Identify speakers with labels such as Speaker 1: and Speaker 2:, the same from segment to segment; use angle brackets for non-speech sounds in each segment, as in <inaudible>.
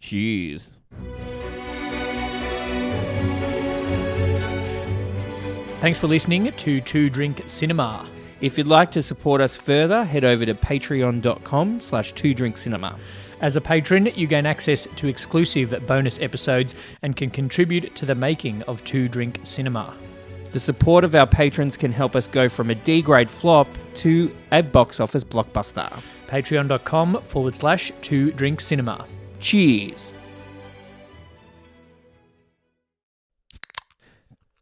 Speaker 1: Jeez.
Speaker 2: Thanks for listening to Two Drink Cinema.
Speaker 1: If you'd like to support us further, head over to patreon.com slash two drink cinema.
Speaker 2: As a patron, you gain access to exclusive bonus episodes and can contribute to the making of Two Drink Cinema.
Speaker 1: The support of our patrons can help us go from a D grade flop to a box office blockbuster.
Speaker 2: Patreon.com forward slash Two Drink Cinema.
Speaker 1: Cheers.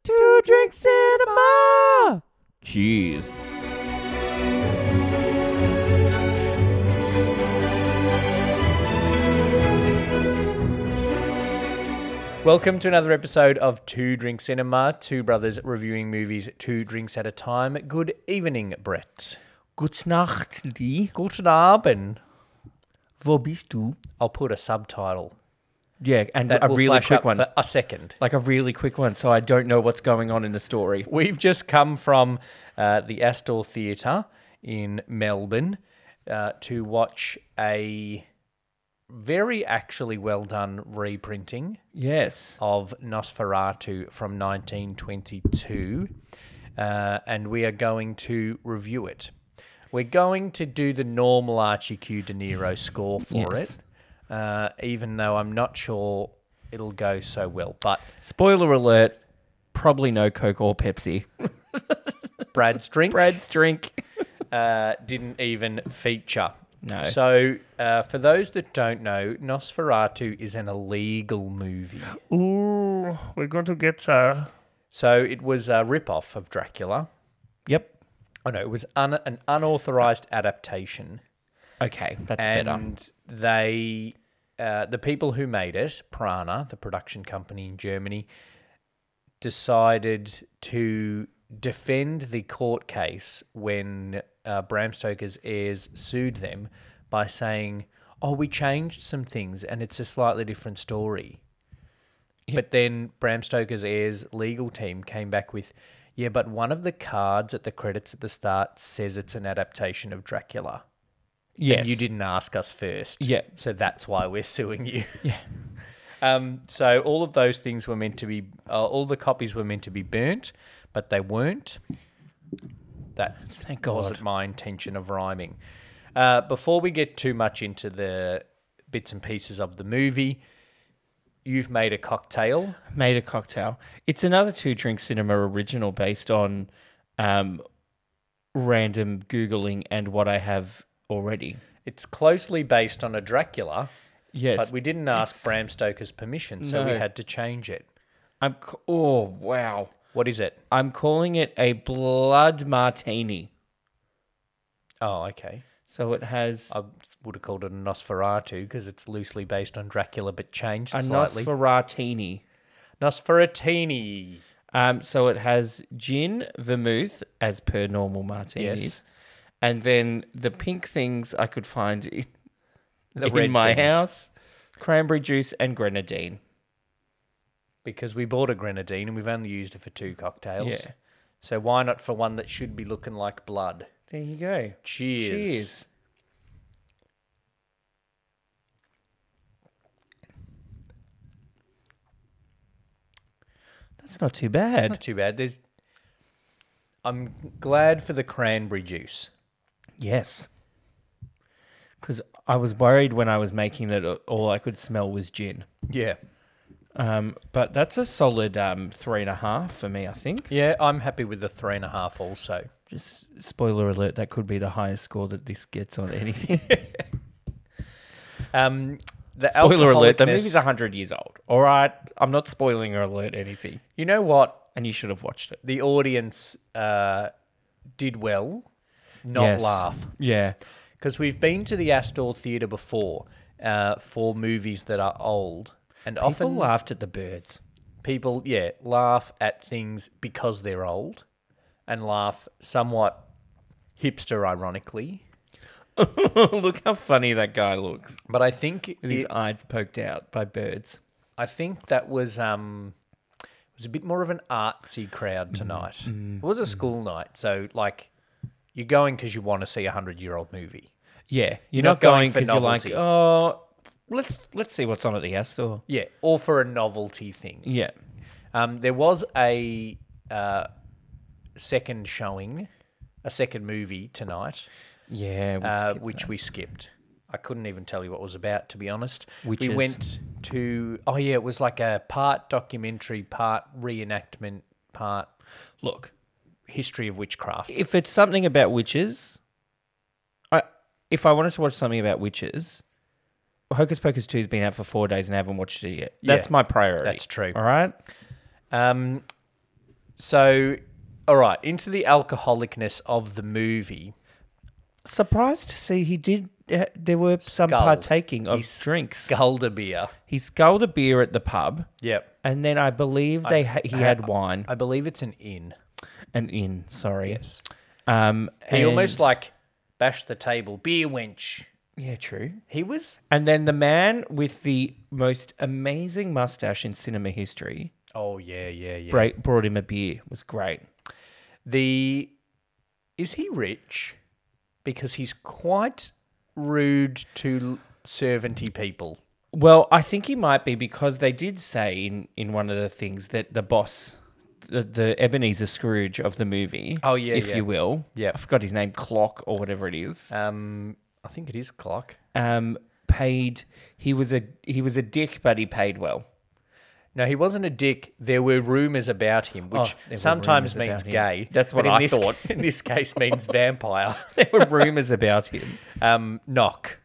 Speaker 1: Two drink cinema. Cheers.
Speaker 2: Welcome to another episode of Two Drink Cinema, two brothers reviewing movies two drinks at a time. Good evening, Brett.
Speaker 1: Gute Nacht, Lee.
Speaker 2: Guten Abend.
Speaker 1: Wo bist du?
Speaker 2: I'll put a subtitle
Speaker 1: Yeah, and
Speaker 2: that
Speaker 1: a
Speaker 2: will
Speaker 1: really
Speaker 2: flash
Speaker 1: quick
Speaker 2: up
Speaker 1: one.
Speaker 2: for a second.
Speaker 1: like a really quick one, so I don't know what's going on in the story.
Speaker 2: We've just come from uh, the Astor Theatre in Melbourne uh, to watch a very actually well done reprinting
Speaker 1: Yes.
Speaker 2: of Nosferatu from 1922, uh, and we are going to review it. We're going to do the normal Archie Q De Niro score for
Speaker 1: Yes.
Speaker 2: it, uh, even though I'm not sure it'll go so well. But
Speaker 1: Spoiler alert, probably no Coke or Pepsi.
Speaker 2: Brad's drink.
Speaker 1: Brad's drink.
Speaker 2: uh, didn't even feature.
Speaker 1: No.
Speaker 2: So, uh, for those that don't know, Nosferatu is an illegal movie.
Speaker 1: Ooh, we're going to get uh
Speaker 2: So, it was a rip-off of Dracula.
Speaker 1: Yep.
Speaker 2: Oh, no, it was un- an unauthorized adaptation.
Speaker 1: Okay, that's better.
Speaker 2: and they, uh, the people who made it, Prana, the production company in Germany, decided to defend the court case when uh, Bram Stoker's heirs sued them by saying, "Oh, we changed some things, and it's a slightly different story." But then Bram Stoker's heirs' legal team came back with, "Yeah, but one of the cards at the credits at the start says it's an adaptation of Dracula."
Speaker 1: Yes.
Speaker 2: And you didn't ask us first.
Speaker 1: Yeah.
Speaker 2: So that's why we're suing you.
Speaker 1: <laughs> Yeah.
Speaker 2: <laughs> Um, so all of those things were meant to be, uh, all the copies were meant to be burnt, but they weren't. That
Speaker 1: Thank
Speaker 2: wasn't my intention of rhyming. Uh, before we get too much into the bits and pieces of the movie, you've made a cocktail.
Speaker 1: Made a cocktail. It's another two drink cinema original based on um random googling and what I have already.
Speaker 2: It's closely based on a Dracula,
Speaker 1: Yes.
Speaker 2: but we didn't ask Bram Stoker's permission, so we
Speaker 1: No.
Speaker 2: had to change it.
Speaker 1: I'm c- oh wow.
Speaker 2: What is it?
Speaker 1: I'm calling it a blood martini.
Speaker 2: Oh, okay.
Speaker 1: So it has
Speaker 2: I would have called it a Nosferatu because it's loosely based on Dracula but changed
Speaker 1: a
Speaker 2: slightly.
Speaker 1: Nosferatini.
Speaker 2: Nosferatini.
Speaker 1: Um, so it has gin, vermouth, as per normal martinis,
Speaker 2: Yes.
Speaker 1: and then the pink things I could find in,
Speaker 2: The
Speaker 1: in
Speaker 2: red
Speaker 1: my
Speaker 2: things.
Speaker 1: house: cranberry juice and grenadine.
Speaker 2: Because we bought a grenadine and we've only used it for two cocktails.
Speaker 1: Yeah.
Speaker 2: So why not for one that should be looking like blood?
Speaker 1: There you go.
Speaker 2: Cheers.
Speaker 1: Cheers. That's not too bad.
Speaker 2: Not too bad. There's. I'm glad for the cranberry juice.
Speaker 1: Yes. Because I was worried when I was making it, all I could smell was gin.
Speaker 2: Yeah.
Speaker 1: Um, but that's a solid um, three and a half for me, I think.
Speaker 2: Yeah, I'm happy with the three and a half also.
Speaker 1: Just spoiler alert, that could be the highest score that this gets on anything.
Speaker 2: Um,
Speaker 1: <laughs>
Speaker 2: the
Speaker 1: spoiler alert, the
Speaker 2: alcoholicness-
Speaker 1: movie's 100 years old. All right. I'm not spoiling or alert anything.
Speaker 2: You know what?
Speaker 1: And you should have watched it.
Speaker 2: The audience uh, did well. Not
Speaker 1: Yes.
Speaker 2: laugh.
Speaker 1: Yeah.
Speaker 2: because we've been to the Astor Theatre before uh, for movies that are old, and
Speaker 1: People
Speaker 2: often
Speaker 1: laughed at the birds. <laughs>
Speaker 2: people, yeah, laugh at things because they're old, and laugh somewhat hipster ironically.
Speaker 1: Look how funny that guy looks.
Speaker 2: But I think
Speaker 1: With his
Speaker 2: it,
Speaker 1: eyes poked out by birds.
Speaker 2: I think that was um it was a bit more of an artsy crowd tonight. It was a school night, so like you're going because you want to see a hundred year old movie.
Speaker 1: Yeah, you're
Speaker 2: not
Speaker 1: not, going
Speaker 2: going for
Speaker 1: because you're like,
Speaker 2: novelty.
Speaker 1: oh, let's let's see what's on at the gas store.
Speaker 2: Yeah, or for a novelty thing.
Speaker 1: Yeah.
Speaker 2: Um, there was a uh, second showing, a second movie tonight,
Speaker 1: Yeah. We
Speaker 2: uh,
Speaker 1: skip
Speaker 2: which we skipped. I couldn't even tell you what it was about, to be honest.
Speaker 1: Which
Speaker 2: we
Speaker 1: is-
Speaker 2: went to. Oh yeah, it was like a part documentary, part reenactment, part
Speaker 1: that. Look,
Speaker 2: history of witchcraft.
Speaker 1: if it's something about witches, I if I wanted to watch something about witches, Hocus Pocus Two's been out for four days and I haven't watched it yet. That's
Speaker 2: Yeah,
Speaker 1: my priority.
Speaker 2: that's true.
Speaker 1: All right.
Speaker 2: Um, so, all right, into the alcoholicness of the movie.
Speaker 1: Surprised to see he did. Uh, there were some
Speaker 2: Sculled.
Speaker 1: partaking of
Speaker 2: He
Speaker 1: drinks.
Speaker 2: Gulda beer.
Speaker 1: He sculled a beer at the pub,
Speaker 2: Yep.
Speaker 1: and then I believe they ha- he had wine
Speaker 2: I believe it's an inn.
Speaker 1: and in. Sorry.
Speaker 2: Yes.
Speaker 1: Um.
Speaker 2: He almost
Speaker 1: and-
Speaker 2: like bashed the table. Beer wench.
Speaker 1: yeah, true.
Speaker 2: He was.
Speaker 1: And then the man with the most amazing mustache in cinema history
Speaker 2: Oh yeah, yeah, yeah.
Speaker 1: bra- brought him a beer. It was great.
Speaker 2: The is he rich? Because he's quite rude to l- servanty people.
Speaker 1: Well, I think he might be because they did say in, in one of the things that the boss, the, the Ebenezer Scrooge of the movie,
Speaker 2: Oh, yeah,
Speaker 1: if
Speaker 2: yeah.
Speaker 1: you will,
Speaker 2: Yeah.
Speaker 1: I forgot his name, Clock or whatever it is,
Speaker 2: Um, I think it is Clark.
Speaker 1: um, paid. He was a he was a dick, but he paid well. <laughs>
Speaker 2: No, he wasn't a dick. There were rumors about him,
Speaker 1: Oh,
Speaker 2: which
Speaker 1: there were
Speaker 2: sometimes
Speaker 1: rumours
Speaker 2: means
Speaker 1: about him.
Speaker 2: gay.
Speaker 1: That's what
Speaker 2: but in
Speaker 1: I
Speaker 2: this,
Speaker 1: thought.
Speaker 2: <laughs> In this case,
Speaker 1: <laughs>
Speaker 2: means vampire. <laughs>
Speaker 1: There were rumors about him.
Speaker 2: Um, knock.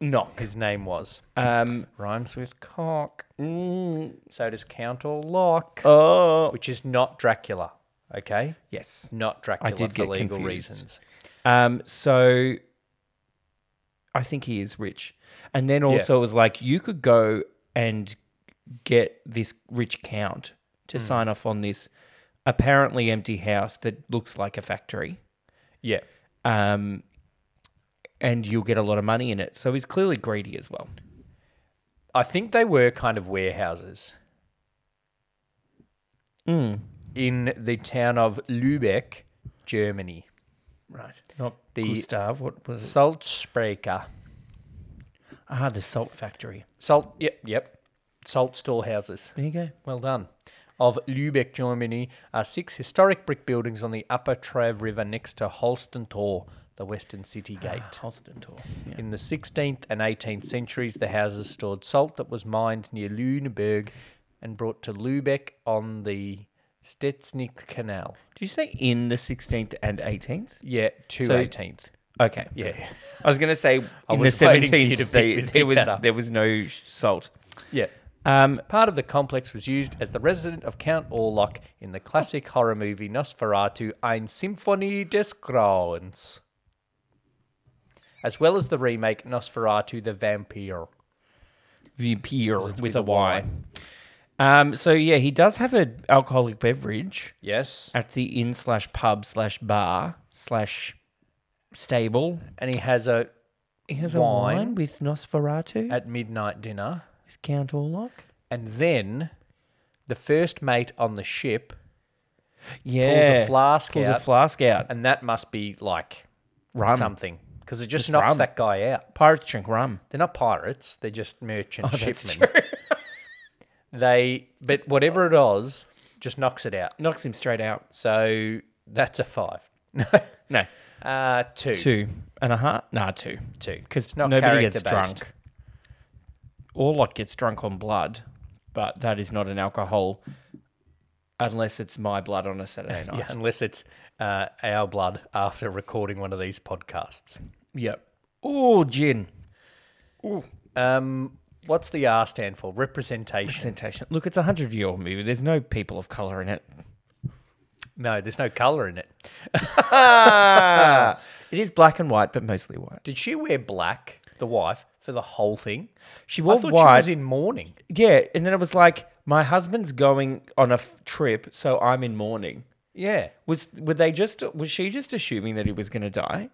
Speaker 1: Knock.
Speaker 2: His name was <laughs>
Speaker 1: Um.
Speaker 2: rhymes with cock.
Speaker 1: mm,
Speaker 2: So does count or lock,
Speaker 1: oh.
Speaker 2: which is not Dracula. Okay,
Speaker 1: Yes.
Speaker 2: not Dracula
Speaker 1: did
Speaker 2: for
Speaker 1: get
Speaker 2: legal
Speaker 1: confused.
Speaker 2: reasons.
Speaker 1: Um. So. I think he is rich, and then also it was like you could go and get this rich count to sign off on this apparently empty house that looks like a factory,
Speaker 2: Yeah.
Speaker 1: um, and you'll get a lot of money in it. So he's clearly greedy as well.
Speaker 2: I think they were kind of warehouses.
Speaker 1: Hmm.
Speaker 2: In the town of Lübeck, Germany.
Speaker 1: Right. Not
Speaker 2: The-
Speaker 1: the Gustav. What was it?
Speaker 2: Salzsprecher.
Speaker 1: ah the salt factory?
Speaker 2: Salt, yep, yep. Salt storehouses.
Speaker 1: There you go.
Speaker 2: Well done. Of Lübeck, Germany, are six historic brick buildings on the upper Trev River next to Holstentor, the western city
Speaker 1: <gasps>
Speaker 2: gate. <gasps>
Speaker 1: Ah, Holstentor.
Speaker 2: In the 16th and 18th centuries, the houses stored salt that was mined near Lüneburg and brought to Lübeck on the Stetsnik Canal.
Speaker 1: Did you say in the sixteenth and eighteenth?
Speaker 2: Yeah, to
Speaker 1: So-
Speaker 2: 18th.
Speaker 1: Okay.
Speaker 2: Yeah.
Speaker 1: I was going to say <laughs> in the
Speaker 2: was waiting for you to
Speaker 1: seventeenth they,
Speaker 2: pick-
Speaker 1: there
Speaker 2: pick
Speaker 1: was
Speaker 2: that up.
Speaker 1: there was no salt.
Speaker 2: Yeah.
Speaker 1: Um,
Speaker 2: Part of the complex was used as the residence of Count Orlok in the classic horror movie Nosferatu Ein Symphonie des Grauens, as well as the remake Nosferatu the Vampire.
Speaker 1: Vampire with,
Speaker 2: with
Speaker 1: a
Speaker 2: a
Speaker 1: Y. Um, so yeah, he does have an alcoholic beverage
Speaker 2: Yes.
Speaker 1: at the inn slash pub slash bar slash stable.
Speaker 2: And he has a
Speaker 1: He has
Speaker 2: Wine.
Speaker 1: a wine with Nosferatu
Speaker 2: at midnight dinner.
Speaker 1: with Count Orlok.
Speaker 2: And then the first mate on the ship
Speaker 1: Yeah,
Speaker 2: pulls a flask
Speaker 1: Pulls
Speaker 2: out.
Speaker 1: a flask out.
Speaker 2: and that must be like
Speaker 1: Rum.
Speaker 2: something because it just,
Speaker 1: Just
Speaker 2: knocks
Speaker 1: rum.
Speaker 2: that guy out.
Speaker 1: Pirates drink rum.
Speaker 2: They're not pirates; they're just merchant
Speaker 1: Oh, That's
Speaker 2: shipmen.
Speaker 1: true.
Speaker 2: <laughs> They, but whatever it was, just knocks it out.
Speaker 1: Knocks him straight out.
Speaker 2: So that's a five. <laughs> No,
Speaker 1: No,
Speaker 2: uh, two.
Speaker 1: two and a half. Nah, two.
Speaker 2: Two.
Speaker 1: because
Speaker 2: It's not
Speaker 1: nobody gets
Speaker 2: character-based.
Speaker 1: drunk. Orlok gets drunk on blood, but that is not an alcohol unless it's my blood on a Saturday night.
Speaker 2: <laughs> Yeah, unless it's uh, our blood after recording one of these podcasts.
Speaker 1: Yep. Oh, gin.
Speaker 2: Um, what's the R stand for? Representation.
Speaker 1: Presentation. Look, it's a 100 year old movie. There's no people of colour in it.
Speaker 2: <laughs> No, there's no color in it. Ah!
Speaker 1: <laughs> it is black and white, but mostly white.
Speaker 2: Did she wear black, the wife, for the whole thing?
Speaker 1: She
Speaker 2: I
Speaker 1: wore
Speaker 2: thought
Speaker 1: white.
Speaker 2: she was in mourning.
Speaker 1: yeah, and then it was like, my husband's going on a f- trip, so I'm in mourning.
Speaker 2: Yeah.
Speaker 1: Was were they just was she just assuming that he was going to die?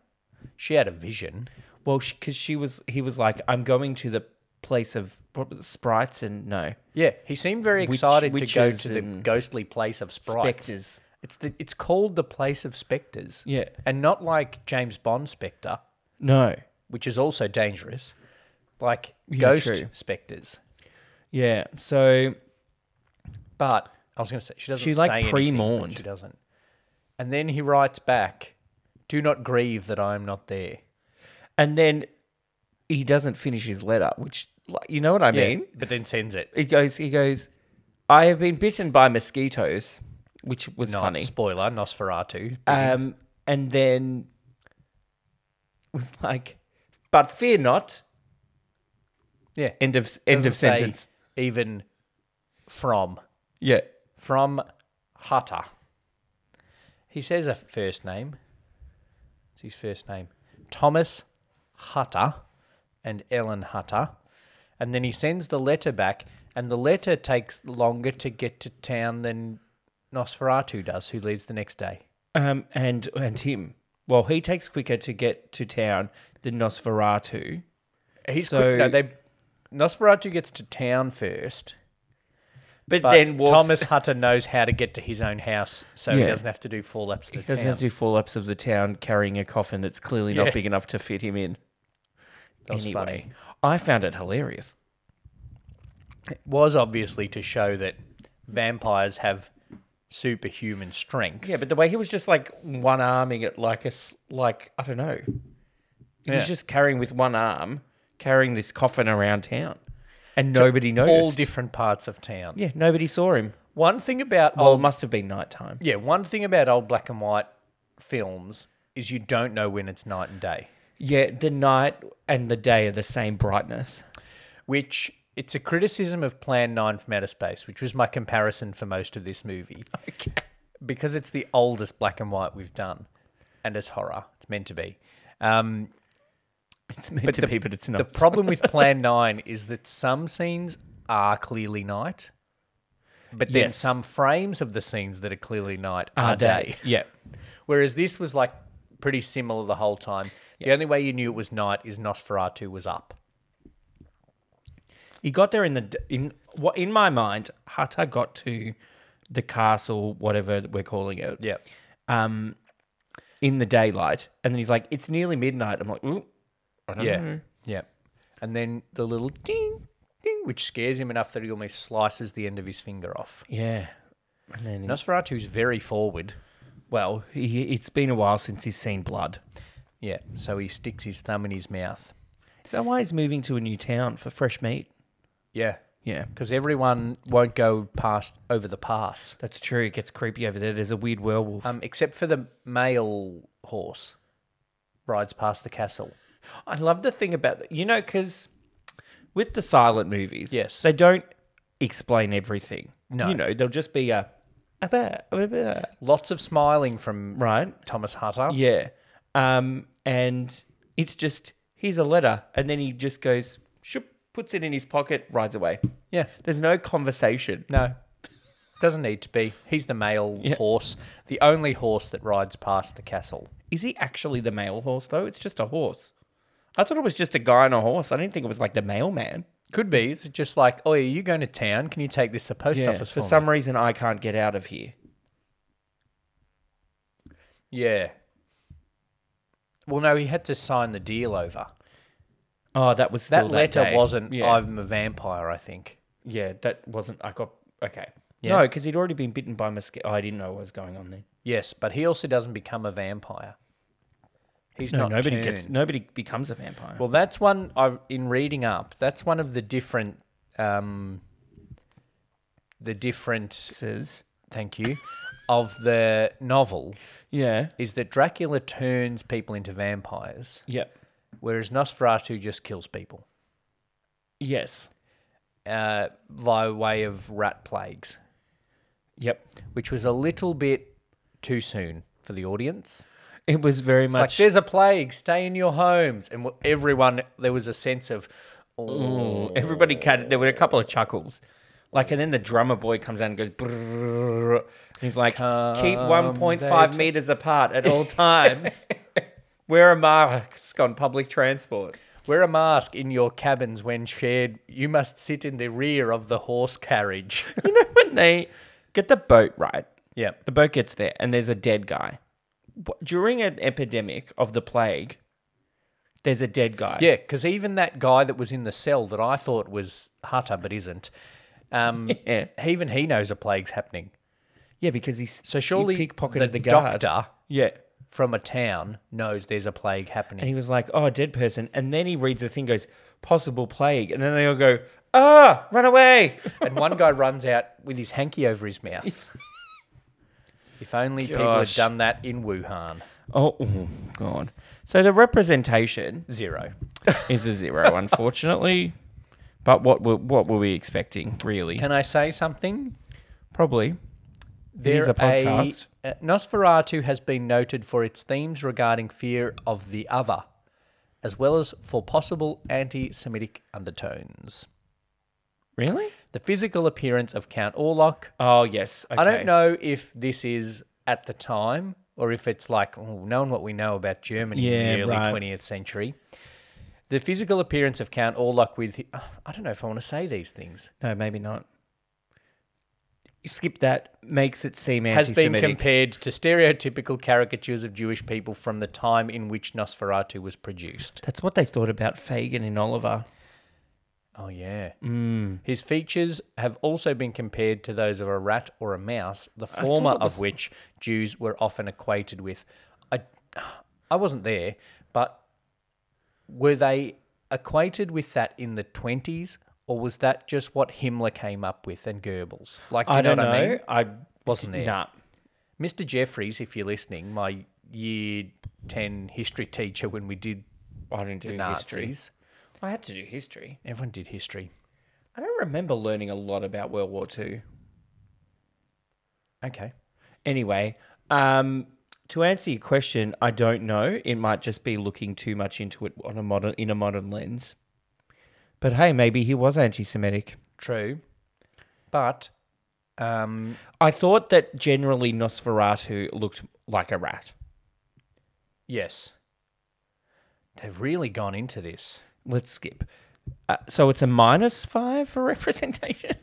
Speaker 2: She had a vision.
Speaker 1: Well, because she, was, he was like, I'm going to the place of what was it, sprites and no
Speaker 2: Yeah. He seemed very excited to go
Speaker 1: witches
Speaker 2: to the
Speaker 1: and
Speaker 2: ghostly place of sprites.
Speaker 1: specters.
Speaker 2: It's the it's called the place of specters.
Speaker 1: Yeah.
Speaker 2: And not like James Bond Spectre,
Speaker 1: No,
Speaker 2: which is also dangerous. like
Speaker 1: Yeah,
Speaker 2: ghost
Speaker 1: true.
Speaker 2: specters.
Speaker 1: Yeah. So
Speaker 2: But I was going to say she doesn't.
Speaker 1: She, like,
Speaker 2: say anything, but
Speaker 1: pre-mourned.
Speaker 2: She doesn't. And then he writes back, "Do not grieve that I am not there."
Speaker 1: and then he doesn't finish his letter, which like, you know what I mean.
Speaker 2: but then sends it.
Speaker 1: He goes. He goes. I have been bitten by mosquitoes, which was
Speaker 2: Not
Speaker 1: funny.
Speaker 2: spoiler, Nosferatu.
Speaker 1: Um, and then was like, but fear not.
Speaker 2: yeah,
Speaker 1: End of end
Speaker 2: doesn't
Speaker 1: of
Speaker 2: say
Speaker 1: sentence.
Speaker 2: Even from
Speaker 1: Yeah.
Speaker 2: from Hutter. He says a first name. It's his first name. Thomas Hutter and Ellen Hutter. And then he sends the letter back, and the letter takes longer to get to town than Nosferatu does, who leaves the next day.
Speaker 1: Um, and and him. Well, he takes quicker to get to town than Nosferatu.
Speaker 2: He's
Speaker 1: So-
Speaker 2: quick- no, they Nosferatu gets to town first,
Speaker 1: But,
Speaker 2: but
Speaker 1: then walks,
Speaker 2: Thomas Hutter knows how to get to his own house, so he
Speaker 1: Yeah.
Speaker 2: doesn't have to do four laps of the
Speaker 1: doesn't
Speaker 2: town.
Speaker 1: have to do four laps of the town carrying a coffin that's clearly
Speaker 2: Yeah.
Speaker 1: not big enough to fit him in.
Speaker 2: That was
Speaker 1: anyway,
Speaker 2: funny.
Speaker 1: I found it hilarious.
Speaker 2: was obviously to show that vampires have superhuman strength.
Speaker 1: Yeah, but the way he was just like one arming it, like a s- like I don't know, he
Speaker 2: Yeah.
Speaker 1: was just carrying with one arm, carrying this coffin around town, and nobody noticed.
Speaker 2: all different parts of town.
Speaker 1: Yeah, nobody saw him.
Speaker 2: One thing about
Speaker 1: Well, it
Speaker 2: old
Speaker 1: must have been nighttime.
Speaker 2: yeah, one thing about old black and white films is you don't know when it's night and day,
Speaker 1: Yeah, the night and the day are the same brightness.
Speaker 2: which it's a criticism of Plan 9 from Outer Space, which was my comparison for most of this movie.
Speaker 1: <laughs> Okay.
Speaker 2: because it's the oldest black and white we've done, and it's horror. It's meant to be. Um,
Speaker 1: It's meant
Speaker 2: But
Speaker 1: to
Speaker 2: the-
Speaker 1: be, <laughs> but it's
Speaker 2: the
Speaker 1: not.
Speaker 2: problem with Plan <laughs> Nine is that some scenes are clearly night, but then
Speaker 1: Yes.
Speaker 2: some frames of the scenes that are clearly night are
Speaker 1: Our
Speaker 2: day.
Speaker 1: Yeah.
Speaker 2: Whereas this was like pretty similar the whole time. The only way you knew it was night is Nosferatu was up.
Speaker 1: He got there in the d- in what in my mind, Hata got to the castle, whatever that we're calling it,
Speaker 2: Yeah.
Speaker 1: um, in the daylight, and then he's like, "It's nearly midnight." I'm like, "Ooh, I don't
Speaker 2: Yeah.
Speaker 1: know."
Speaker 2: Yeah. And then the little ding, ding, which scares him enough that he almost slices the end of his finger off.
Speaker 1: Yeah, and then
Speaker 2: Nosferatu's very forward.
Speaker 1: well, he, it's been a while since he's seen blood.
Speaker 2: Yeah. So he sticks his thumb in his mouth.
Speaker 1: Is that why he's moving to a new town for fresh meat?
Speaker 2: Yeah.
Speaker 1: Yeah,
Speaker 2: Because everyone won't go past over the pass.
Speaker 1: that's true. It gets creepy over there. There's a weird werewolf.
Speaker 2: Um, except for the male horse rides past the castle.
Speaker 1: I love the thing about you know because with the silent movies,
Speaker 2: Yes.
Speaker 1: they don't explain everything.
Speaker 2: No.
Speaker 1: you know they'll just be a, a bear, a bear.
Speaker 2: Lots of smiling from
Speaker 1: right?
Speaker 2: Thomas Hutter.
Speaker 1: Yeah, um, and it's just here's a letter, and then he just goes, shoop, puts it in his pocket, rides away.
Speaker 2: Yeah.
Speaker 1: There's no conversation.
Speaker 2: No. Doesn't need to be. He's the male
Speaker 1: Yeah.
Speaker 2: horse, the only horse that rides past the castle.
Speaker 1: Is he actually the male horse though? It's just a horse. I thought it was just a guy on a horse. I didn't think it was like the mailman.
Speaker 2: Could be. It's just like, oh, are you going to town? Can you take this to the post office
Speaker 1: For
Speaker 2: for, me?"
Speaker 1: some reason, I can't get out of here.
Speaker 2: Yeah. Well, no, he had to sign the deal over.
Speaker 1: Oh, that was
Speaker 2: That
Speaker 1: still
Speaker 2: letter
Speaker 1: day.
Speaker 2: wasn't,
Speaker 1: Yeah.
Speaker 2: I'm a vampire, I think.
Speaker 1: Yeah, that wasn't. I got okay.
Speaker 2: Yeah.
Speaker 1: No, because he'd already been bitten by mosquito. Oh, I didn't know what was going on there.
Speaker 2: Yes, but he also doesn't become a vampire. He's
Speaker 1: No,
Speaker 2: not
Speaker 1: nobody
Speaker 2: turned.
Speaker 1: gets. Nobody becomes a vampire.
Speaker 2: Well, that's one I've in reading up. That's one of the different, um, the different.
Speaker 1: says.
Speaker 2: Thank you, of the novel
Speaker 1: Yeah.
Speaker 2: is that Dracula turns people into vampires,
Speaker 1: Yep.
Speaker 2: whereas Nosferatu just kills people
Speaker 1: Yes.
Speaker 2: uh, by way of rat plagues,
Speaker 1: Yep.
Speaker 2: which was a little bit too soon for the audience.
Speaker 1: It was very
Speaker 2: It's like
Speaker 1: much.
Speaker 2: there's a plague, stay in your homes, and wh- everyone there was a sense of, oh,
Speaker 1: Ooh, everybody cut. There were a couple of chuckles. Like, and then the drummer boy comes out and goes. "Brrrr." And he's like, keep
Speaker 2: Come,
Speaker 1: one point five
Speaker 2: they
Speaker 1: meters apart at all <laughs> times. Wear a mask on public transport.
Speaker 2: Wear a mask in your cabins when shared. You must sit in the rear of the horse carriage. <laughs>
Speaker 1: You know when they get the boat right.
Speaker 2: yeah.
Speaker 1: The boat gets there, and there's a dead guy. Wh- During an epidemic of the plague, There's a dead guy.
Speaker 2: Yeah, because even that guy that was in the cell that I thought was Hutter but isn't, um,
Speaker 1: <laughs> Yeah.
Speaker 2: even he knows a plague's happening.
Speaker 1: Yeah, because he's
Speaker 2: So surely
Speaker 1: he pickpocketed the,
Speaker 2: the
Speaker 1: guard.
Speaker 2: doctor
Speaker 1: Yeah.
Speaker 2: from a town knows there's a plague happening.
Speaker 1: And <laughs> he was like, "Oh, dead person." And then he reads the thing, goes, "Possible plague," and then they all go, "Ah, run away!"
Speaker 2: and one guy runs out with his hanky over his mouth. if only people had
Speaker 1: Gosh.
Speaker 2: done that in Wuhan.
Speaker 1: <laughs> oh, oh, god. So the representation <laughs>
Speaker 2: Zero.
Speaker 1: is a zero, unfortunately. But what were what were we expecting, really?
Speaker 2: Can I say something?
Speaker 1: Probably.
Speaker 2: There
Speaker 1: is a podcast.
Speaker 2: uh, Nosferatu has been noted for its themes regarding fear of the other, as well as for possible anti Semitic undertones.
Speaker 1: Really?
Speaker 2: The physical appearance of Count Orlok.
Speaker 1: Oh yes.
Speaker 2: I don't know if this is at the time or if it's like, oh, knowing what we know about Germany in
Speaker 1: Yeah,
Speaker 2: the early
Speaker 1: right.
Speaker 2: 20th century. The physical appearance of Count Orlok with. I don't know if I want to say these things.
Speaker 1: No, maybe not. You skip that. Makes it seem
Speaker 2: has been
Speaker 1: anti-Semitic.
Speaker 2: compared to stereotypical caricatures of Jewish people from the time in which Nosferatu was produced.
Speaker 1: That's what they thought about Fagin in Oliver.
Speaker 2: Oh, yeah.
Speaker 1: Mm.
Speaker 2: His features have also been compared to those of a rat or a mouse, the former
Speaker 1: it
Speaker 2: of which Jews were often equated with. I, I wasn't there, but were they equated with that in the 20s? Or was that just what Himmler came up with and Goebbels? Like, do you
Speaker 1: I don't
Speaker 2: know, what I
Speaker 1: know.
Speaker 2: mean?
Speaker 1: I
Speaker 2: Wasn't there?
Speaker 1: Nah.
Speaker 2: Mr. Jeffries, if you're listening, my year 10 history teacher when we did
Speaker 1: I didn't do
Speaker 2: Nazis.
Speaker 1: history. I had to do history.
Speaker 2: Everyone did history.
Speaker 1: I don't remember learning a lot about World War Two.
Speaker 2: Okay.
Speaker 1: Anyway, um, to answer your question, I don't know. It might just be looking too much into it on a modern in a modern lens. But hey, maybe he was anti-Semitic.
Speaker 2: True. But um,
Speaker 1: I thought that generally Nosferatu looked like a rat.
Speaker 2: yes. They've really gone into this.
Speaker 1: Let's skip. Uh, so it's a minus five for <laughs> representation.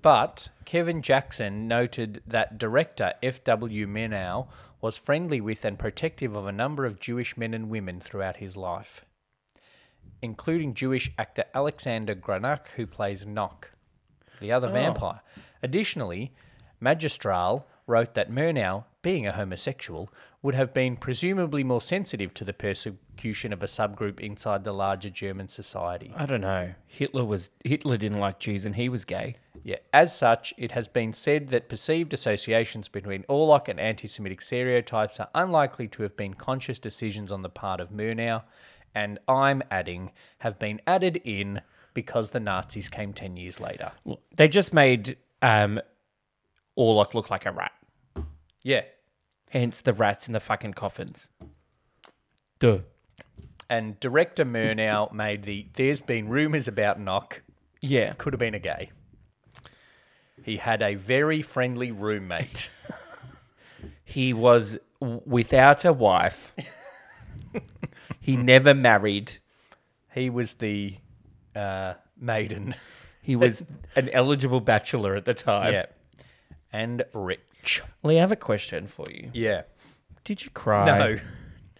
Speaker 2: But Kevin Jackson noted that director F.W. Murnau was friendly with and protective of a number of Jewish men and women throughout his life, including Jewish actor Alexander Granach, who plays Nock, the other vampire. Additionally, Magistral wrote that Murnau, being a homosexual, would have been presumably more sensitive to the persecution of a subgroup inside the larger German society.
Speaker 1: I don't know. Hitler was Hitler didn't like Jews and he was gay.
Speaker 2: Yeah. As such, it has been said that perceived associations between Orlok and anti Semitic stereotypes are unlikely to have been conscious decisions on the part of Murnau, and I'm adding, have been added in because the Nazis came 10 years later.
Speaker 1: Well, They just made um, Orlok look like a rat.
Speaker 2: Yeah.
Speaker 1: Hence the rats in the fucking coffins. Duh.
Speaker 2: And director Murnau made the There's Been Rumours About Knock,
Speaker 1: Yeah.
Speaker 2: could have been a gay. He had a very friendly roommate.
Speaker 1: He was w- without a <laughs> wife. he never married.
Speaker 2: he was the uh, maiden.
Speaker 1: He was an eligible bachelor at the time.
Speaker 2: Yeah. And rich.
Speaker 1: Lee, I have a question for you.
Speaker 2: Yeah.
Speaker 1: Did you cry?
Speaker 2: No. <laughs>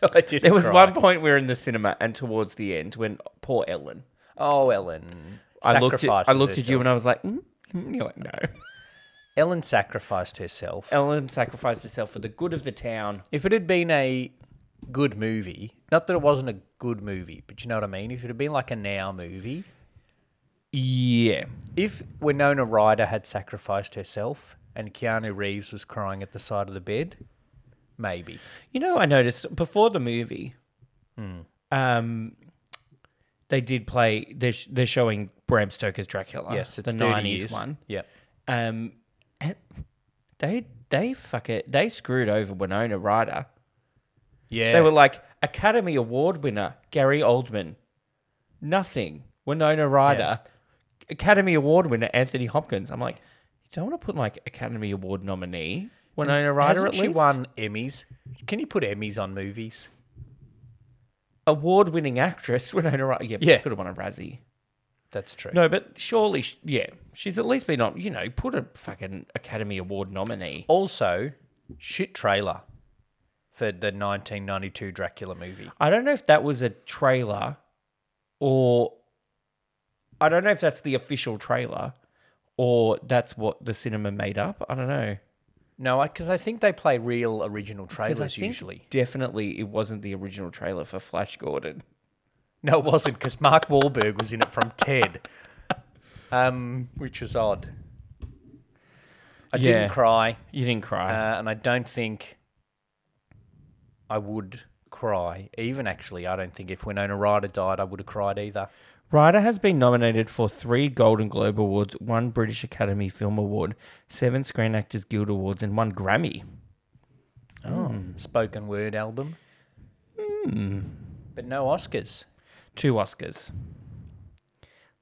Speaker 2: No, I didn't.
Speaker 1: There was
Speaker 2: cry.
Speaker 1: one point we were in the cinema and towards the end when poor Ellen.
Speaker 2: Oh, Ellen.
Speaker 1: I looked at I
Speaker 2: sacrifices
Speaker 1: looked at you
Speaker 2: herself.
Speaker 1: and I was like, mm? Mm, you're like, no.
Speaker 2: Ellen sacrificed herself.
Speaker 1: Ellen sacrificed herself for the good of the town.
Speaker 2: If it had been a good movie, not that it wasn't a good movie, but you know what I mean? If it had been like a now movie,
Speaker 1: Yeah.
Speaker 2: if Winona Ryder had sacrificed herself and Keanu Reeves was crying at the side of the bed, maybe.
Speaker 1: You know, I noticed before the movie, um, they did play. They're, sh- they're showing Bram Stoker's Dracula.
Speaker 2: Yes, it's
Speaker 1: Ah, the
Speaker 2: 30
Speaker 1: nineties
Speaker 2: years.
Speaker 1: one.
Speaker 2: Yeah.
Speaker 1: Um, and they they fuck it. They screwed over Winona Ryder.
Speaker 2: Yeah.
Speaker 1: They were like Academy Award winner Gary Oldman, nothing. Winona Ryder, Academy Award winner Anthony Hopkins. I'm like, you don't want to put like Academy Award nominee Winona Ryder
Speaker 2: Hasn't
Speaker 1: at
Speaker 2: she
Speaker 1: least
Speaker 2: won Emmys? Can you put Emmys on movies?
Speaker 1: award-winning actress <laughs> Winona Ryder. Yeah, but
Speaker 2: Yeah.
Speaker 1: she could have won a Razzie.
Speaker 2: That's true.
Speaker 1: No, but surely, sh yeah, she's at least been on. You know, put a fucking Academy Award nominee.
Speaker 2: Also, shit trailer for the 1992 Dracula movie.
Speaker 1: I don't know if that was a trailer or I don't know if that's the official trailer or that's what the cinema made up. I don't know.
Speaker 2: No, because I, think they play real original trailers
Speaker 1: I think
Speaker 2: usually.
Speaker 1: Definitely it wasn't the original trailer for Flash Gordon.
Speaker 2: No, it wasn't because Mark Wahlberg was in it from Ted, um, which was odd. I
Speaker 1: Yeah.
Speaker 2: didn't cry,
Speaker 1: You didn't
Speaker 2: uh,
Speaker 1: cry.
Speaker 2: and I don't think I would cry. Even actually, I don't think if Winona Ryder died, I would have cried either.
Speaker 1: Ryder has been nominated for three Golden Globe Awards, one British Academy Film Award, seven Screen Actors Guild Awards, and one Grammy. Oh.
Speaker 2: Spoken word album,
Speaker 1: Hmm.
Speaker 2: but no Oscars.
Speaker 1: Two Oscars.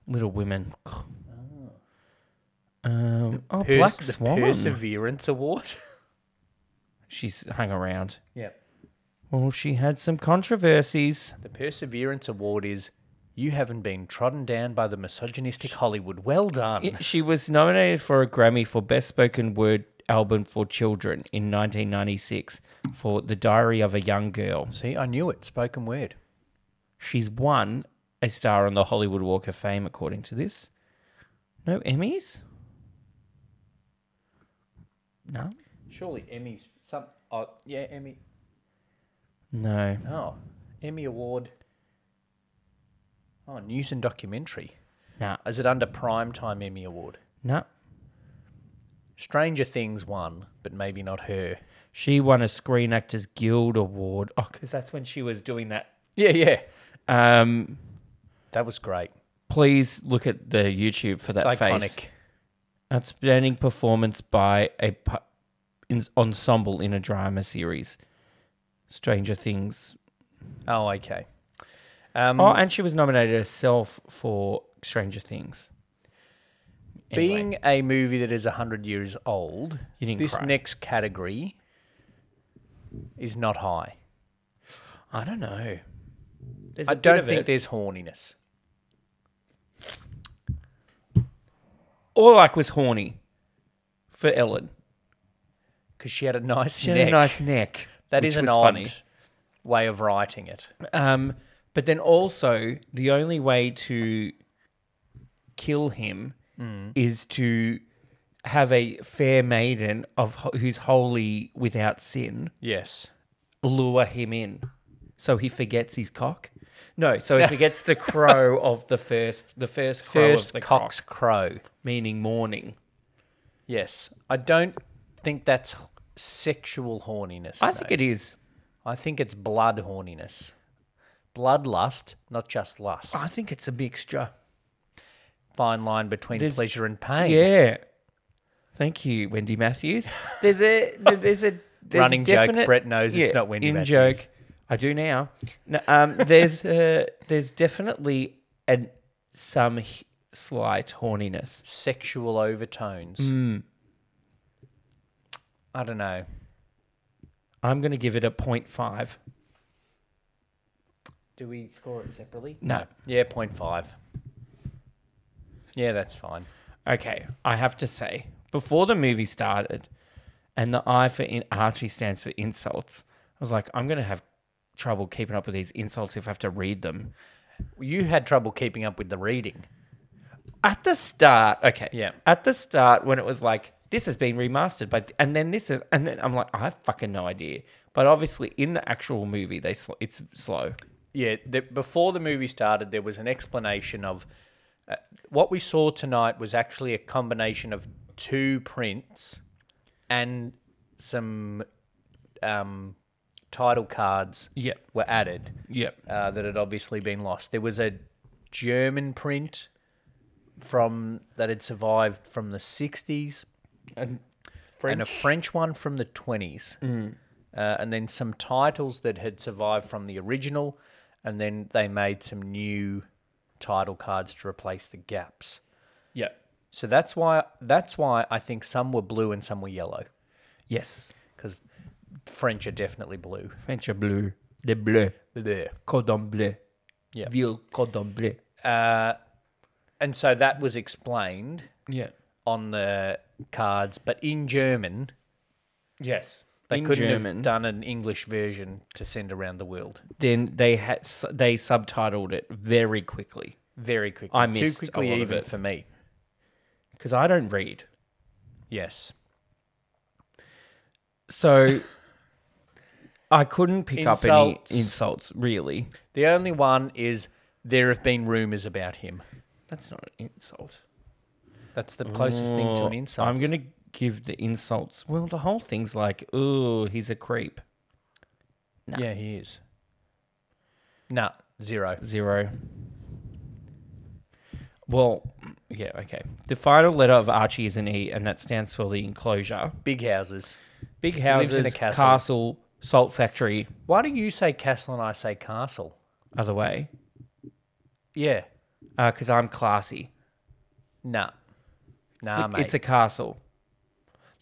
Speaker 1: Little Women. Um, oh, Black
Speaker 2: Pers- the
Speaker 1: Swan.
Speaker 2: Perseverance Award. <laughs>
Speaker 1: She's hung around.
Speaker 2: yep.
Speaker 1: Well, she had some controversies.
Speaker 2: The Perseverance Award is you haven't been trodden down by the misogynistic Hollywood. Well done.
Speaker 1: Yeah, She was nominated for a Grammy for Best Spoken Word Album for Children in 1996 for The Diary of a Young Girl.
Speaker 2: See, I knew it. Spoken word.
Speaker 1: She's won a star on the Hollywood Walk of Fame, according to this. No Emmys? No?
Speaker 2: Surely Emmy's some. Oh, yeah, Emmy.
Speaker 1: No.
Speaker 2: Oh, Emmy Award. Oh, news and documentary.
Speaker 1: Nah.
Speaker 2: Is it under Primetime Emmy Award?
Speaker 1: Nah.
Speaker 2: Stranger Things won, but maybe not her.
Speaker 1: She won a Screen Actors Guild Award. Oh, because that's when she was doing that.
Speaker 2: Yeah, yeah.
Speaker 1: Um,
Speaker 2: That was great.
Speaker 1: please look at the YouTube for that
Speaker 2: It's iconic.
Speaker 1: face. Outstanding performance by a pu- in- ensemble in a drama series. Stranger Things.
Speaker 2: Oh, okay. Um,
Speaker 1: Oh, and she was nominated herself for Stranger Things. Anyway,
Speaker 2: Being a movie that is 100 years old,
Speaker 1: You didn't
Speaker 2: this
Speaker 1: cry.
Speaker 2: next category is not high.
Speaker 1: I don't know. There's
Speaker 2: I
Speaker 1: a bit
Speaker 2: don't
Speaker 1: of
Speaker 2: think
Speaker 1: it.
Speaker 2: there's horniness.
Speaker 1: all like was horny for Ellen.
Speaker 2: because she had a nice
Speaker 1: She
Speaker 2: neck.
Speaker 1: had a nice neck.
Speaker 2: that
Speaker 1: which
Speaker 2: is an
Speaker 1: was
Speaker 2: odd
Speaker 1: funny.
Speaker 2: way of writing it.
Speaker 1: Um, but then also, the only way to kill him is to have a fair maiden of ho- who's holy without sin
Speaker 2: Yes.
Speaker 1: lure him in, so he forgets his cock. No, <laughs> so he forgets the crow of the first, the first crow of
Speaker 2: First
Speaker 1: the cock,
Speaker 2: cock's crow.
Speaker 1: meaning morning.
Speaker 2: Yes. I don't think that's h- sexual horniness.
Speaker 1: I
Speaker 2: no.
Speaker 1: think it is.
Speaker 2: I think it's blood horniness. Bloodlust, not just lust.
Speaker 1: I think it's a mixture.
Speaker 2: Fine line between
Speaker 1: There's-
Speaker 2: pleasure and pain.
Speaker 1: Yeah. Thank you, Wendy Matthews. <laughs> There's a there's a there's
Speaker 2: Running
Speaker 1: a
Speaker 2: joke,
Speaker 1: definite,
Speaker 2: Brett knows it's not Wendy
Speaker 1: in
Speaker 2: Matthews.
Speaker 1: joke. I do now. No, um, there's uh, there's definitely an some h- slight horniness.
Speaker 2: Sexual overtones. I don't know.
Speaker 1: I'm gonna give it a 0.5.
Speaker 2: Do we score it separately?
Speaker 1: No.
Speaker 2: Yeah, 0.5. Yeah, that's fine.
Speaker 1: Okay, I have to say, before the movie started, and the I for in- Archie stands for insults. I was like, I'm gonna have trouble keeping up with these insults if I have to read them.
Speaker 2: You had trouble keeping up with the reading.
Speaker 1: at the start, okay,
Speaker 2: Yeah.
Speaker 1: at the start when it was like this has been remastered, but and then this is, and then I'm like, I have fucking no idea. But obviously, in the actual movie, they sl- it's slow.
Speaker 2: Yeah, the, before the movie started, there was an explanation of uh, what we saw tonight was actually a combination of two prints and some um, title cards
Speaker 1: Yep.
Speaker 2: were added
Speaker 1: Yep.
Speaker 2: uh, that had obviously been lost. There was a German print from that had survived from the 60s
Speaker 1: And
Speaker 2: and a French one from the 20s. Uh, and then some titles that had survived from the original. And then they made some new title cards to replace the gaps.
Speaker 1: yep.
Speaker 2: So that's why that's why I think some were blue and some were yellow
Speaker 1: Yes.
Speaker 2: because French are definitely blue.
Speaker 1: French are bleu, le bleu,
Speaker 2: Bleu.
Speaker 1: cordon bleu,
Speaker 2: Yeah.
Speaker 1: ville cordon bleu.
Speaker 2: Uh, and so that was explained
Speaker 1: Yeah.
Speaker 2: on the cards, but in German
Speaker 1: Yes.
Speaker 2: They
Speaker 1: In
Speaker 2: couldn't
Speaker 1: German.
Speaker 2: have done an English version to send around the world
Speaker 1: Then they had s- they subtitled it very quickly
Speaker 2: very quickly.
Speaker 1: I
Speaker 2: Too
Speaker 1: missed a
Speaker 2: quickly
Speaker 1: lot of
Speaker 2: even
Speaker 1: it.
Speaker 2: for me.
Speaker 1: because I don't read.
Speaker 2: Yes.
Speaker 1: <laughs> So I couldn't pick up
Speaker 2: Insults.
Speaker 1: any insults really.
Speaker 2: The only one is there have been rumors about him.
Speaker 1: That's not an insult.
Speaker 2: That's the closest thing to an
Speaker 1: Oh,
Speaker 2: insult.
Speaker 1: I'm gonna give the insults. Well, the whole thing's like, oh, he's a creep. Nah.
Speaker 2: Yeah, he is. Nah, zero.
Speaker 1: Zero. Well, yeah, okay. The final letter of Archie is an E, and that stands for the enclosure.
Speaker 2: Big houses.
Speaker 1: Big
Speaker 2: lives
Speaker 1: houses,
Speaker 2: in a castle.
Speaker 1: castle. salt factory,
Speaker 2: Why do you say castle and I say castle?
Speaker 1: other way.
Speaker 2: Yeah.
Speaker 1: Because I'm classy.
Speaker 2: Nah. Nah,
Speaker 1: Look,
Speaker 2: Ah, mate.
Speaker 1: It's a castle.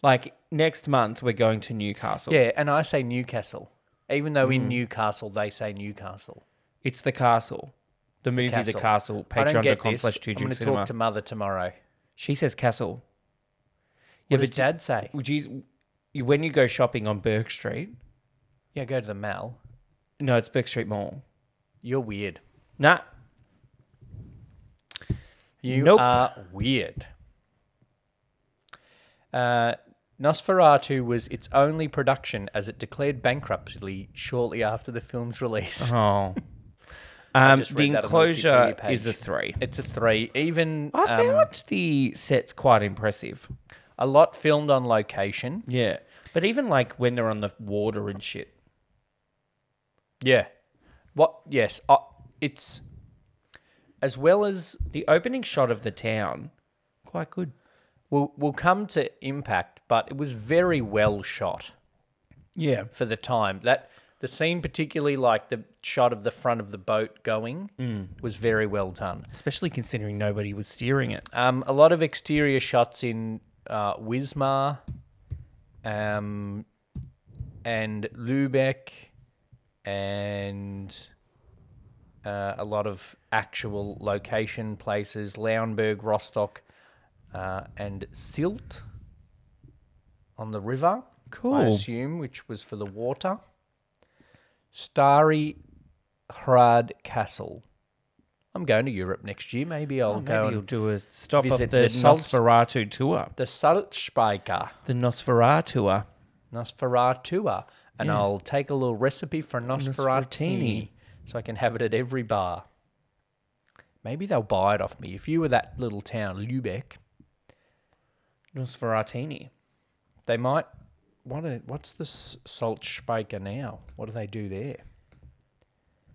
Speaker 1: Like next month, we're going to Newcastle.
Speaker 2: yeah, and I say Newcastle. Even though
Speaker 1: Hmm.
Speaker 2: in Newcastle they say Newcastle.
Speaker 1: It's the castle. The movie The Castle,
Speaker 2: I don't get
Speaker 1: patreon.com
Speaker 2: this.
Speaker 1: slash
Speaker 2: I'm going
Speaker 1: 2
Speaker 2: to talk
Speaker 1: cinema.
Speaker 2: to mother tomorrow.
Speaker 1: She says castle.
Speaker 2: What
Speaker 1: Yeah,
Speaker 2: does
Speaker 1: but-
Speaker 2: dad say?
Speaker 1: Would you, you- when you go shopping on Burke Street,
Speaker 2: Yeah, go to the mall.
Speaker 1: no, it's Burke Street Mall.
Speaker 2: You're weird.
Speaker 1: Nah,
Speaker 2: You
Speaker 1: Nope.
Speaker 2: are weird. Uh, Nosferatu was its only production as it declared bankruptcy shortly after the film's release.
Speaker 1: Oh. Um,
Speaker 2: just
Speaker 1: the
Speaker 2: read that on the
Speaker 1: enclosure
Speaker 2: Wikipedia
Speaker 1: is a
Speaker 2: page.
Speaker 1: three.
Speaker 2: <laughs> It's a three. Even
Speaker 1: I
Speaker 2: um,
Speaker 1: found the sets quite impressive.
Speaker 2: a lot filmed on location.
Speaker 1: Yeah. But even like when they're on the water and shit.
Speaker 2: Yeah. What? Yes. Uh, it's as well as
Speaker 1: The opening shot of the town, quite good.
Speaker 2: we'll we'll come to impact, but it was very well shot.
Speaker 1: Yeah.
Speaker 2: for the time. That the scene, particularly like the shot of the front of the boat going, was very well done.
Speaker 1: Especially considering nobody was steering it.
Speaker 2: Um, a lot of exterior shots in uh, Wismar, um, and Lubeck, and uh, a lot of actual location places: Lauenburg, Rostock, uh, and Silt on the river. I
Speaker 1: Cool.
Speaker 2: assume, which was for the water. Starry Hrad Castle. I'm going to Europe next year. Maybe I'll
Speaker 1: Oh, Maybe
Speaker 2: go.
Speaker 1: you'll
Speaker 2: and-
Speaker 1: do a stop of the,
Speaker 2: visit the salt-
Speaker 1: Nosferatu tour.
Speaker 2: the Salzspeicher,
Speaker 1: The Nosferatu.
Speaker 2: Nosferatua, and I'll take a little recipe for Nosferatini
Speaker 1: Nosferatini.
Speaker 2: so I can have it at every bar. Maybe they'll buy it off me. If you were that little town, Lubeck,
Speaker 1: Nosferatini.
Speaker 2: they might. What a, what's the S- Salzspeicher now? What do they do there?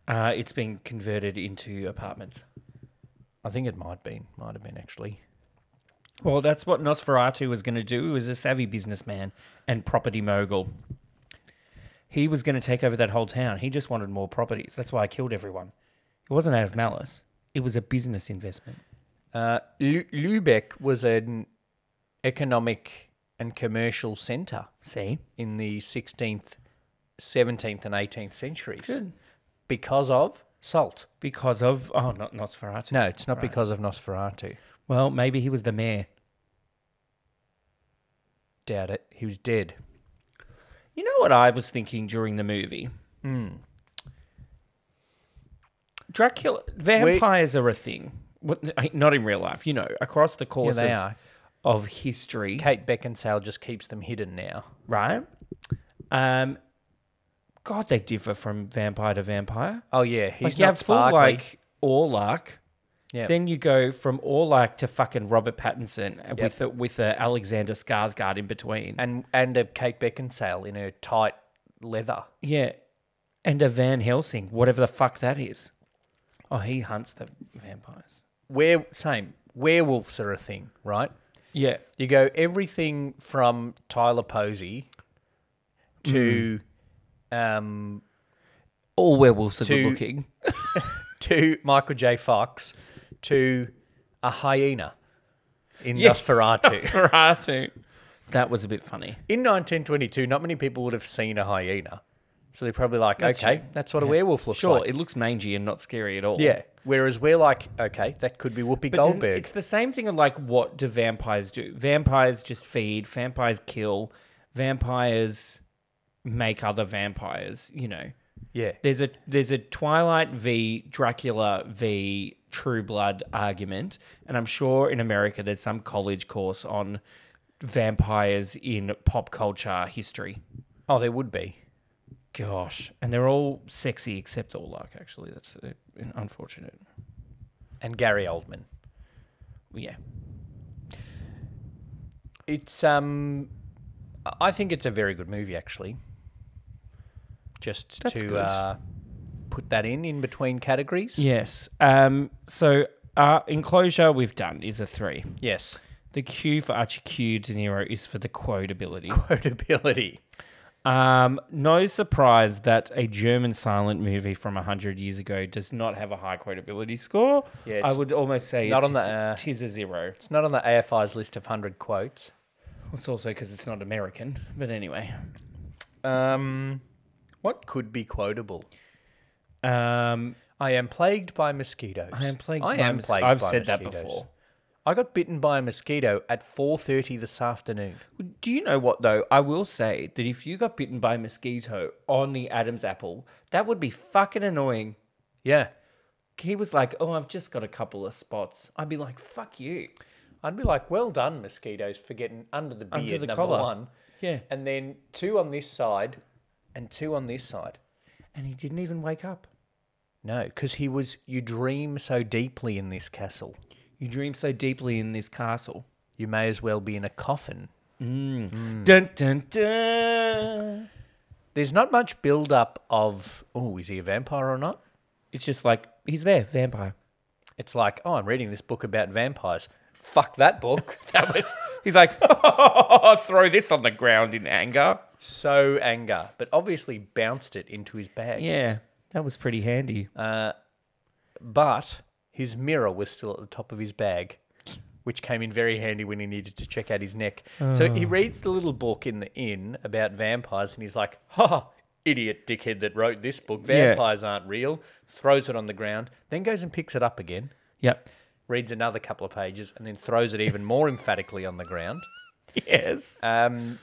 Speaker 1: Uh, it's been converted into apartments.
Speaker 2: I think it might been, might have been actually.
Speaker 1: Well, that's what Nosferatu was going to do. He was a savvy businessman and property mogul. He was going to take over that whole town. He just wanted more properties. That's why I killed everyone. It wasn't out of malice. It was a business investment.
Speaker 2: Uh, Lu- Lubeck was an economic and commercial centre
Speaker 1: See?
Speaker 2: in the 16th, 17th, and 18th centuries because of salt.
Speaker 1: Because of oh, not Nosferatu.
Speaker 2: No, it's not because of Nosferatu.
Speaker 1: Well, maybe he was the mayor.
Speaker 2: Doubt it. He was dead.
Speaker 1: You know what I was thinking during the movie?
Speaker 2: Hmm.
Speaker 1: Dracula vampires are a thing. What, not in real life, you know. Across the course of,
Speaker 2: they are.
Speaker 1: of history,
Speaker 2: Kate Beckinsale just keeps them hidden now.
Speaker 1: right? Um, God, they differ from vampire to vampire.
Speaker 2: Oh yeah, he's
Speaker 1: Like you
Speaker 2: not
Speaker 1: have full
Speaker 2: sparkly.
Speaker 1: like Orlark,
Speaker 2: Yep.
Speaker 1: then you go from Orlark to fucking Robert Pattinson uh, with a, with a Alexander Skarsgård in between.
Speaker 2: and and a Kate Beckinsale in her tight leather.
Speaker 1: yeah, and a Van Helsing, whatever the fuck that is. Oh, he hunts the vampires.
Speaker 2: Were same werewolves are a thing, right?
Speaker 1: Yeah,
Speaker 2: You go everything from Tyler Posey to um,
Speaker 1: all werewolves are
Speaker 2: To-
Speaker 1: good <laughs> looking.
Speaker 2: to Michael J. Fox to a hyena in
Speaker 1: Yeah. <laughs>
Speaker 2: Nosferatu.
Speaker 1: Nosferatu. That was a bit funny.
Speaker 2: In 1922, not many people would have seen a hyena, so they're probably like,
Speaker 1: That's
Speaker 2: "Okay,
Speaker 1: true.
Speaker 2: that's what a werewolf looks
Speaker 1: Sure,
Speaker 2: like."
Speaker 1: it looks mangy and not scary at all.
Speaker 2: yeah. Whereas we're like, "Okay, that could be Whoopi
Speaker 1: But then
Speaker 2: Goldberg."
Speaker 1: It's the same thing of like what do vampires do? Vampires just feed, vampires kill, vampires make other vampires. You know,
Speaker 2: Yeah.
Speaker 1: there's a there's a Twilight v Dracula v True Blood argument, and I'm sure in America there's some college course on vampires in pop culture history.
Speaker 2: Oh, there would be.
Speaker 1: Gosh, and they're all sexy except Orlok. Actually, that's uh, unfortunate.
Speaker 2: And Gary Oldman.
Speaker 1: Yeah,
Speaker 2: It's um, I- I think it's a very good movie actually. Just
Speaker 1: That's
Speaker 2: to
Speaker 1: good.
Speaker 2: uh, put that in in between categories.
Speaker 1: Yes. Um, so our enclosure we've done is a three.
Speaker 2: Yes. <laughs>
Speaker 1: The Q for Archie Q De Niro is for the quotability.
Speaker 2: Quotability.
Speaker 1: Um, no surprise that a German silent movie from 100 years ago does not have a high quotability score.
Speaker 2: Yeah, it's
Speaker 1: I would almost say
Speaker 2: not
Speaker 1: it
Speaker 2: on the,
Speaker 1: is-
Speaker 2: uh,
Speaker 1: tis a zero.
Speaker 2: It's not on the AFI's list of hundred quotes.
Speaker 1: It's also because it's not American. But anyway.
Speaker 2: Um, what could be quotable?
Speaker 1: Um,
Speaker 2: I am plagued by mosquitoes.
Speaker 1: I am plagued.
Speaker 2: I
Speaker 1: by
Speaker 2: am
Speaker 1: mos-
Speaker 2: plagued
Speaker 1: I've
Speaker 2: by
Speaker 1: said that
Speaker 2: mosquitoes.
Speaker 1: before.
Speaker 2: I got bitten by a mosquito at 4:30 this afternoon.
Speaker 1: Do you know what though? I will say that if you got bitten by a mosquito on the Adam's apple, that would be fucking annoying.
Speaker 2: Yeah.
Speaker 1: he was like, "Oh, I've just got a couple of spots." I'd be like, "Fuck you."
Speaker 2: I'd be like, "Well done, mosquitoes, for getting under the beard
Speaker 1: Under the
Speaker 2: number
Speaker 1: collar.
Speaker 2: one."
Speaker 1: Yeah.
Speaker 2: and then two on this side and two on this side.
Speaker 1: And he didn't even wake up.
Speaker 2: No, because he was, you dream so deeply in this castle.
Speaker 1: You dream so deeply in this castle.
Speaker 2: You may as well be in a coffin. Mm.
Speaker 1: Dun dun dun.
Speaker 2: There's not much build up of, oh, is he a vampire or not?
Speaker 1: It's just like he's there, vampire.
Speaker 2: It's like, oh, I'm reading this book about vampires. Fuck that book. <laughs> that was
Speaker 1: He's like, <laughs> throw this on the ground in anger.
Speaker 2: so anger, but obviously bounced it into his bag.
Speaker 1: Yeah, that was pretty handy.
Speaker 2: Uh, But his mirror was still at the top of his bag, which came in very handy when he needed to check out his neck. So he reads the little book in the inn about vampires and he's like, ha, idiot dickhead that wrote this book.
Speaker 1: Yeah.
Speaker 2: Vampires aren't real. Throws it on the ground, then goes and picks it up again,
Speaker 1: Yep.
Speaker 2: reads another couple of pages, and then throws it even more emphatically on the ground.
Speaker 1: Yes.
Speaker 2: Um,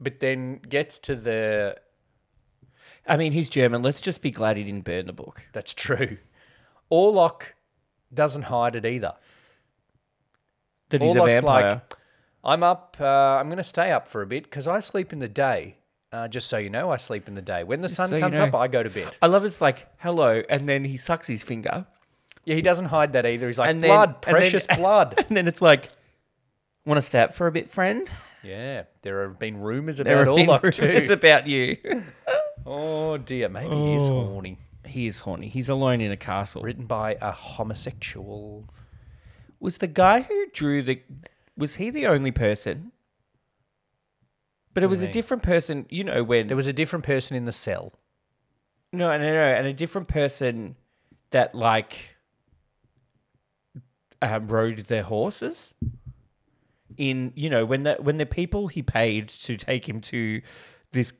Speaker 2: but then gets to the
Speaker 1: I mean, he's German. Let's just be glad he didn't burn the book.
Speaker 2: That's true. Orlok doesn't hide it either.
Speaker 1: That he's a
Speaker 2: Orlok's
Speaker 1: vampire.
Speaker 2: like, I'm up. Uh, I'm going to stay up for a bit because I sleep in the day. Uh, just so you know, I sleep in the day. When the sun
Speaker 1: so you
Speaker 2: comes
Speaker 1: know.
Speaker 2: up, I go to bed.
Speaker 1: I love it's like hello, and then he sucks his
Speaker 2: <laughs>
Speaker 1: finger.
Speaker 2: Yeah, he doesn't hide that either. He's like,
Speaker 1: and then-
Speaker 2: blood,
Speaker 1: and then-
Speaker 2: precious
Speaker 1: <laughs>
Speaker 2: blood.
Speaker 1: And then it's like, want to stay up for a bit, friend?
Speaker 2: Yeah, there have been rumors
Speaker 1: There
Speaker 2: about
Speaker 1: have <laughs> been
Speaker 2: Orlok
Speaker 1: rumours
Speaker 2: too.
Speaker 1: about you. <laughs>
Speaker 2: Oh dear, maybe he is horny.
Speaker 1: He is horny. He's alone in a castle.
Speaker 2: Written by a homosexual.
Speaker 1: Was the guy who drew the? Was he the only person? But it was a
Speaker 2: mean?
Speaker 1: different person, you know. When
Speaker 2: There was a different person in the cell.
Speaker 1: no, no, no, and a different person that like uh, rode their horses. In you know when the when the people he paid to take him to this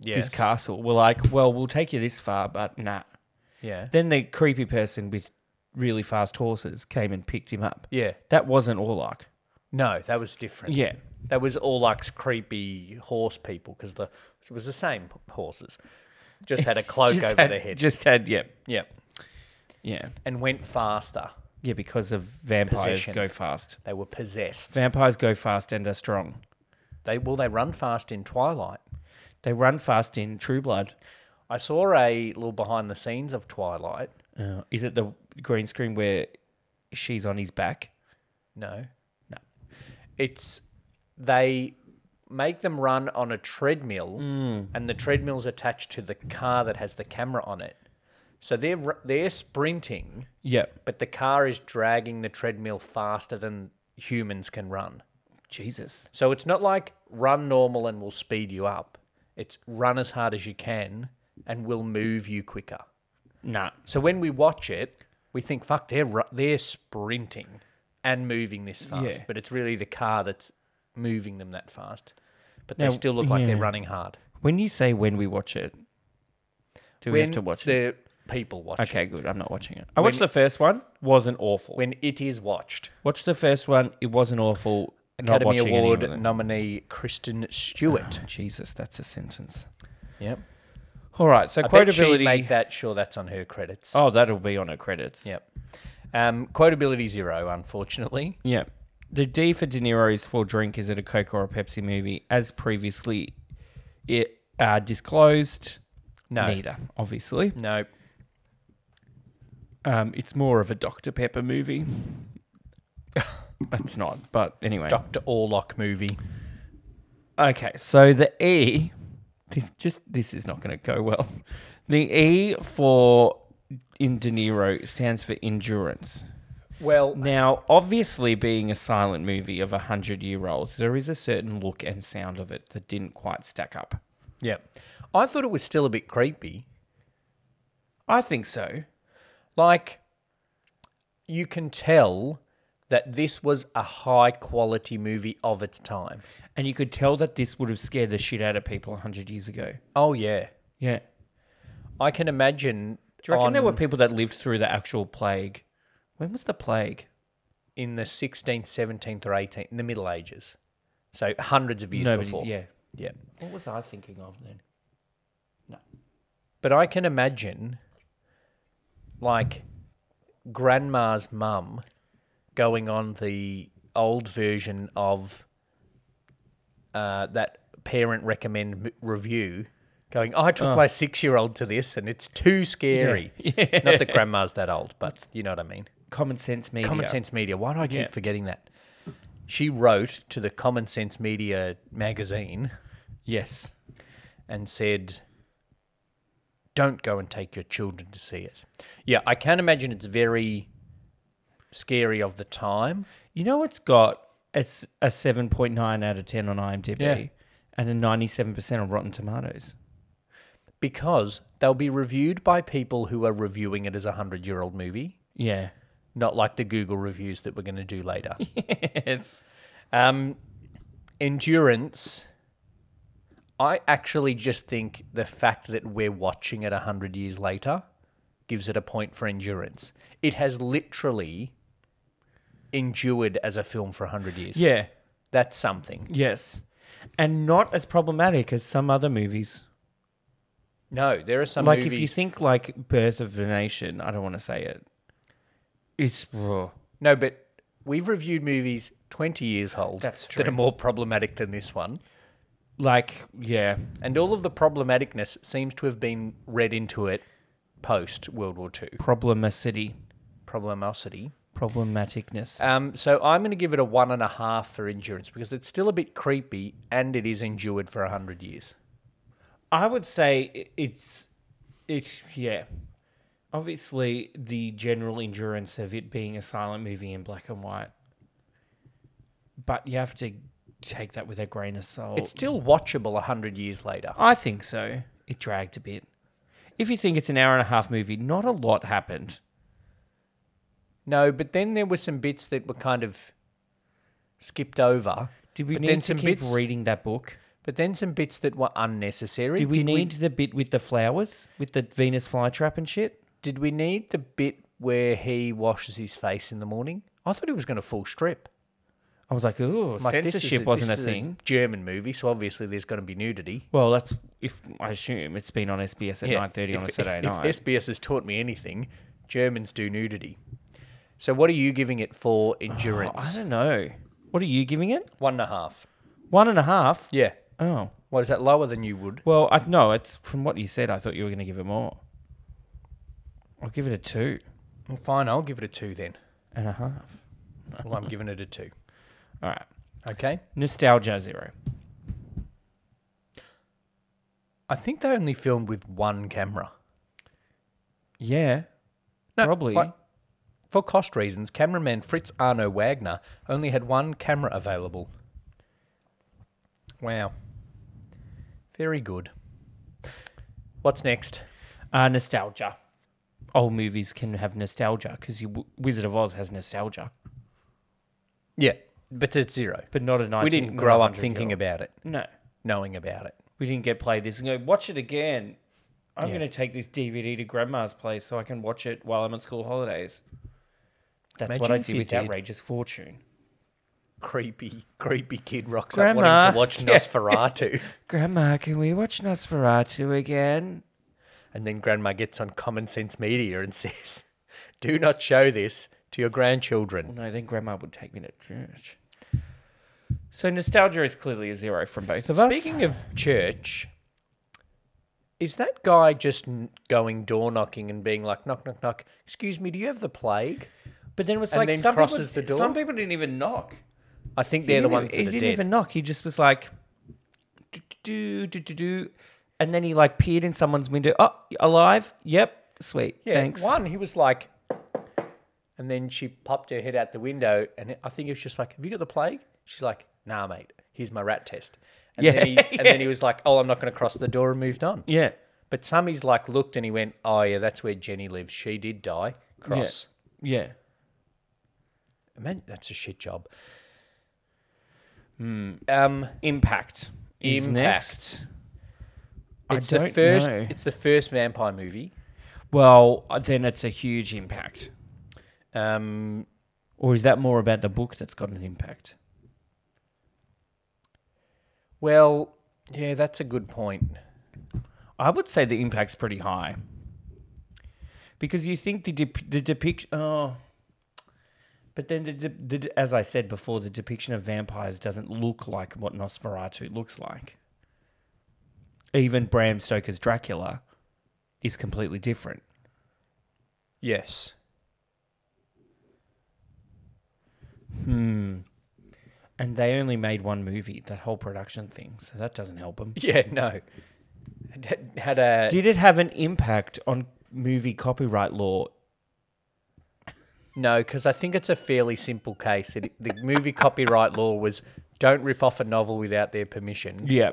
Speaker 2: Yes.
Speaker 1: this castle were like, well, we'll take you this far, but nah.
Speaker 2: Yeah.
Speaker 1: Then the creepy person with really fast horses came and picked him up.
Speaker 2: Yeah.
Speaker 1: That wasn't Orlok.
Speaker 2: No, that was different.
Speaker 1: Yeah.
Speaker 2: That was Orlok's creepy horse people because the it was the same horses, just had a cloak
Speaker 1: Just
Speaker 2: over
Speaker 1: had-
Speaker 2: their head.
Speaker 1: Just had, yeah.
Speaker 2: yeah,
Speaker 1: Yeah.
Speaker 2: and went faster.
Speaker 1: Yeah, because of vampires
Speaker 2: Possession.
Speaker 1: go fast.
Speaker 2: They were possessed.
Speaker 1: Vampires go fast and are strong.
Speaker 2: They well, they run fast in Twilight.
Speaker 1: They run fast in True Blood.
Speaker 2: I saw a little behind the scenes of Twilight.
Speaker 1: Uh, is it the green screen where she's on his back?
Speaker 2: No,
Speaker 1: No.
Speaker 2: it's they make them run on a treadmill, and the treadmill's attached to the car that has the camera on it. So they're ru- they're sprinting.
Speaker 1: Yep.
Speaker 2: but the car is dragging the treadmill faster than humans can run.
Speaker 1: Jesus.
Speaker 2: So it's not like run normal and we'll speed you up. It's run as hard as you can and we'll move you quicker.
Speaker 1: Nah.
Speaker 2: So when we watch it, we think, fuck, they're, ru- they're sprinting and moving this fast.
Speaker 1: Yeah.
Speaker 2: But it's really the car that's moving them that fast. But
Speaker 1: Now,
Speaker 2: they still look like they're
Speaker 1: yeah.
Speaker 2: running hard.
Speaker 1: When you say when we watch it, do we have
Speaker 2: When
Speaker 1: to watch it?
Speaker 2: the people watch it.
Speaker 1: Okay, good. I'm not watching it. I watched the first one. Wasn't awful.
Speaker 2: When it is watched.
Speaker 1: Watched the first one. It wasn't awful. Not
Speaker 2: Academy
Speaker 1: watching any of
Speaker 2: Award
Speaker 1: it.
Speaker 2: nominee Kristen Stewart.
Speaker 1: Jesus, that's a sentence.
Speaker 2: Yep.
Speaker 1: All right. So
Speaker 2: I bet she'd
Speaker 1: Ah, quotability.
Speaker 2: make that sure that's on her credits.
Speaker 1: oh, that'll be on her credits.
Speaker 2: Yep. Um, quotability zero, unfortunately.
Speaker 1: Yeah. The D for De Niro's for drink is it a Coke or a Pepsi movie? As previously it uh, disclosed,
Speaker 2: No.
Speaker 1: neither, obviously.
Speaker 2: No.
Speaker 1: Um, it's more of a Dr. Pepper movie. <laughs> it's not, but anyway.
Speaker 2: Doctor Orlock movie.
Speaker 1: Okay, so the E, this just this is not going to go well. The E for in De Niro stands for endurance.
Speaker 2: Well,
Speaker 1: Now, obviously, being a silent movie of a hundred year olds, there is a certain look and sound of it that didn't quite stack up.
Speaker 2: yeah. I thought it was still a bit creepy.
Speaker 1: I think so.
Speaker 2: Like, you can tell that this was a high quality movie of its time.
Speaker 1: And you could tell that this would have scared the shit out of people a hundred years ago.
Speaker 2: Oh yeah,
Speaker 1: Yeah.
Speaker 2: I can imagine.
Speaker 1: Do you reckon there
Speaker 2: on-
Speaker 1: were people that lived through the actual plague? When was the plague?
Speaker 2: in the 16th, 17th, or 18th, in the Middle Ages. So hundreds of years
Speaker 1: Nobody-
Speaker 2: before.
Speaker 1: Yeah.
Speaker 2: yeah.
Speaker 1: What was I thinking of then?
Speaker 2: But I can imagine, like, grandma's mum going on the old version of uh, that parent recommend m- review, going, "Oh, I took my six year old to this and it's too scary. Not that grandma's that old, but you know what I mean.
Speaker 1: Common sense media.
Speaker 2: Common Sense Media. Why do I keep
Speaker 1: Yeah.
Speaker 2: forgetting that? She wrote to the Common Sense Media magazine
Speaker 1: Yes.
Speaker 2: and said, "Don't go and take your children to see it." Yeah, I can imagine it's very scary of the time.
Speaker 1: You know what's got it's a seven point nine out of ten on IMDb
Speaker 2: Yeah.
Speaker 1: and a ninety seven percent on Rotten Tomatoes.
Speaker 2: Because they'll be reviewed by people who are reviewing it as a hundred year old movie,
Speaker 1: Yeah. <laughs>
Speaker 2: not like the Google reviews that we're going to do later.
Speaker 1: Yes.
Speaker 2: Um, endurance. I actually just think the fact that we're watching it 100 years later gives it a point for endurance. It has literally endured as a film for 100 years.
Speaker 1: Yeah.
Speaker 2: That's something.
Speaker 1: Yes. And not as problematic as some other movies.
Speaker 2: No, there are some
Speaker 1: like
Speaker 2: movies.
Speaker 1: if you think like Birth of a Nation, I don't want to say it. It's oh,
Speaker 2: no, but we've reviewed movies 20 years old
Speaker 1: That's
Speaker 2: that are
Speaker 1: true.
Speaker 2: more problematic than this one.
Speaker 1: like yeah.
Speaker 2: And all of the problematicness seems to have been read into it post World War II.
Speaker 1: Problemacity.
Speaker 2: Problemosity.
Speaker 1: Problematicness.
Speaker 2: Um, so I'm going to give it a one and a half for endurance because it's still a bit creepy and it is endured for a hundred years.
Speaker 1: I would say i- it's it's yeah. Obviously, the general endurance of it being a silent movie in black and white, but you have to take that with a grain of salt.
Speaker 2: It's still watchable a hundred years later.
Speaker 1: I think so. It dragged a bit. If you think it's an hour and a half movie, not a lot happened.
Speaker 2: No, but then there were some bits that were kind of skipped over.
Speaker 1: Did we
Speaker 2: But then
Speaker 1: need to
Speaker 2: some
Speaker 1: keep
Speaker 2: bits-
Speaker 1: reading that book?
Speaker 2: But then some bits that were unnecessary.
Speaker 1: Did we need the bit with the flowers, with the Venus flytrap and shit?
Speaker 2: Did we need the bit where he washes his face in the morning? I thought he was going to full strip.
Speaker 1: I was like, oh,
Speaker 2: I'm like, this is
Speaker 1: censorship wasn't
Speaker 2: this
Speaker 1: a
Speaker 2: is
Speaker 1: thing.
Speaker 2: German movie, so obviously there's going to be nudity.
Speaker 1: Well, that's if I assume it's been on SBS at
Speaker 2: Yeah,
Speaker 1: nine thirty on
Speaker 2: if-
Speaker 1: a Saturday
Speaker 2: if
Speaker 1: night.
Speaker 2: SBS has taught me anything, Germans do nudity. So what are you giving it for endurance?
Speaker 1: Oh, I don't know. What are you giving it?
Speaker 2: One and a half.
Speaker 1: One and a half.
Speaker 2: Yeah.
Speaker 1: Oh,
Speaker 2: What is that lower than you would?
Speaker 1: well, I no. It's from what you said. I thought you were going to give it more. I'll give it a two
Speaker 2: Well, fine, I'll give it a two then.
Speaker 1: and a half.
Speaker 2: Well, I'm giving it a two.
Speaker 1: All right.
Speaker 2: Okay.
Speaker 1: Nostalgia zero.
Speaker 2: I think they only filmed with one camera.
Speaker 1: Yeah.
Speaker 2: No,
Speaker 1: Probably.
Speaker 2: like, for cost reasons, cameraman Fritz Arno Wagner only had one camera available. Wow. Very good. What's next?
Speaker 1: Uh, nostalgia. Old movies can have nostalgia because you Wizard of Oz has nostalgia,
Speaker 2: Yeah, but it's zero.
Speaker 1: but not a 19,
Speaker 2: we didn't
Speaker 1: not a
Speaker 2: grow up
Speaker 1: 100
Speaker 2: thinking
Speaker 1: year old.
Speaker 2: about it,
Speaker 1: No,
Speaker 2: knowing about it.
Speaker 1: we didn't get played this and go watch it again. I'm
Speaker 2: Yeah.
Speaker 1: going to take this DVD to grandma's place so I can watch it while I'm on school holidays. That's what
Speaker 2: Imagine
Speaker 1: I
Speaker 2: if
Speaker 1: did
Speaker 2: you
Speaker 1: with
Speaker 2: did.
Speaker 1: Outrageous Fortune.
Speaker 2: creepy, creepy kid rocks up wanting
Speaker 1: Grandma.
Speaker 2: to <laughs> watch
Speaker 1: Yeah.
Speaker 2: Nosferatu.
Speaker 1: Grandma, can we watch Nosferatu again?
Speaker 2: And then grandma gets on Common Sense Media and <laughs> says, Do not show this to your grandchildren.
Speaker 1: No, then Grandma would take me to church. So nostalgia is clearly a zero from both of us.
Speaker 2: Speaking of church, is that guy just n- going door knocking and being like, knock, knock, knock, excuse me, do you have the plague?
Speaker 1: but then it was
Speaker 2: and
Speaker 1: like
Speaker 2: then
Speaker 1: some
Speaker 2: crosses the
Speaker 1: people,
Speaker 2: door?
Speaker 1: Some people didn't even knock.
Speaker 2: I think
Speaker 1: He
Speaker 2: they're the
Speaker 1: didn't
Speaker 2: ones
Speaker 1: even-
Speaker 2: that
Speaker 1: He
Speaker 2: are dead.
Speaker 1: didn't even knock. He just was like, do, do, do, do, do. And then he like peered in someone's window. Oh, alive? Yep. Sweet.
Speaker 2: Yeah,
Speaker 1: Thanks.
Speaker 2: One, he was like, and then she popped her head out the window, and I think it was just like, "Have you got the plague?" She's like, "Nah, mate. Here's my rat test." And
Speaker 1: Yeah, <laughs>
Speaker 2: Then he, And then he was like, "Oh, I'm not going to cross the door," and moved on.
Speaker 1: Yeah.
Speaker 2: But Sammy's like looked and he went, "Oh yeah, that's where Jenny lives. She did die. Cross."
Speaker 1: Yeah.
Speaker 2: Man, that's a shit job.
Speaker 1: Hmm.
Speaker 2: Um,
Speaker 1: Impact. Is
Speaker 2: Impact.
Speaker 1: next. I
Speaker 2: it's the
Speaker 1: don't
Speaker 2: first.
Speaker 1: know.
Speaker 2: It's the first vampire movie.
Speaker 1: Well, then it's a huge impact.
Speaker 2: Um,
Speaker 1: Or is that more about the book that's got an impact?
Speaker 2: well, yeah, that's a good point.
Speaker 1: I would say the impact's pretty high. Because you think the dep- the depiction, oh, but then the, de- the de- as I said before, the depiction of vampires doesn't look like what Nosferatu looks like. Even Bram Stoker's Dracula is completely different.
Speaker 2: Yes.
Speaker 1: And they only made one movie, that whole production thing, so that doesn't help them.
Speaker 2: <laughs> Yeah, no. It had- had a
Speaker 1: Did it have an impact on movie copyright law?
Speaker 2: no, because I think it's a fairly simple case. It, the movie copyright law was don't rip off a novel without their permission,
Speaker 1: Yeah.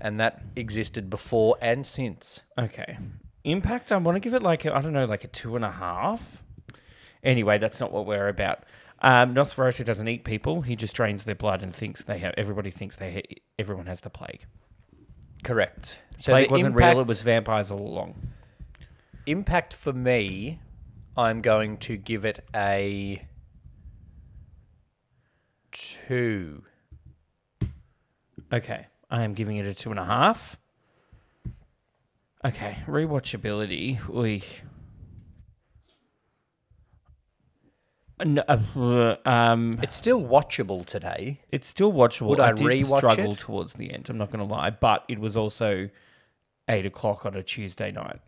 Speaker 2: and that existed before and since.
Speaker 1: Okay. Impact, I want to give it like, a, I don't know, like a two and a half. Anyway, that's not what we're about. Um, Nosferatu doesn't eat people. He just drains their blood and thinks they have, everybody thinks they ha- everyone has the plague.
Speaker 2: Correct. So
Speaker 1: plague
Speaker 2: the
Speaker 1: wasn't
Speaker 2: impact,
Speaker 1: real, it was vampires all along.
Speaker 2: impact for me. I'm going to give it a two.
Speaker 1: Okay. I am giving it a two and a half. Okay. Rewatchability. Oy. No, uh, um,
Speaker 2: It's still watchable today.
Speaker 1: It's still watchable.
Speaker 2: Would
Speaker 1: I,
Speaker 2: I
Speaker 1: did
Speaker 2: rewatch
Speaker 1: struggle
Speaker 2: it?
Speaker 1: towards the end. I'm not going to lie, but it was also eight o'clock on a Tuesday night.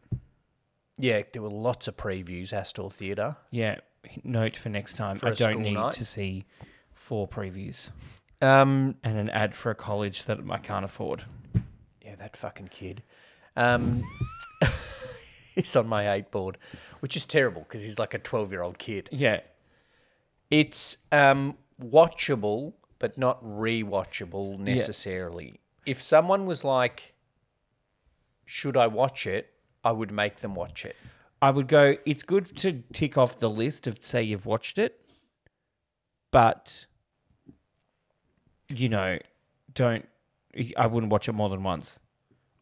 Speaker 2: Yeah, there were lots of previews. Astor Theatre.
Speaker 1: Yeah. Note for next time:
Speaker 2: For
Speaker 1: I
Speaker 2: a
Speaker 1: don't
Speaker 2: school
Speaker 1: need
Speaker 2: night?
Speaker 1: to see four previews
Speaker 2: Um,
Speaker 1: and an ad for a college that I can't afford.
Speaker 2: Yeah, that fucking kid. Um, <laughs> he's on my eight board, which is terrible because he's like a 12 year old kid.
Speaker 1: Yeah.
Speaker 2: It's um, watchable, but not rewatchable necessarily. If someone was like, should I watch it? I would make them watch it.
Speaker 1: I would go. It's good to tick off the list of say you've watched it, but you know, don't. I wouldn't watch it more than once.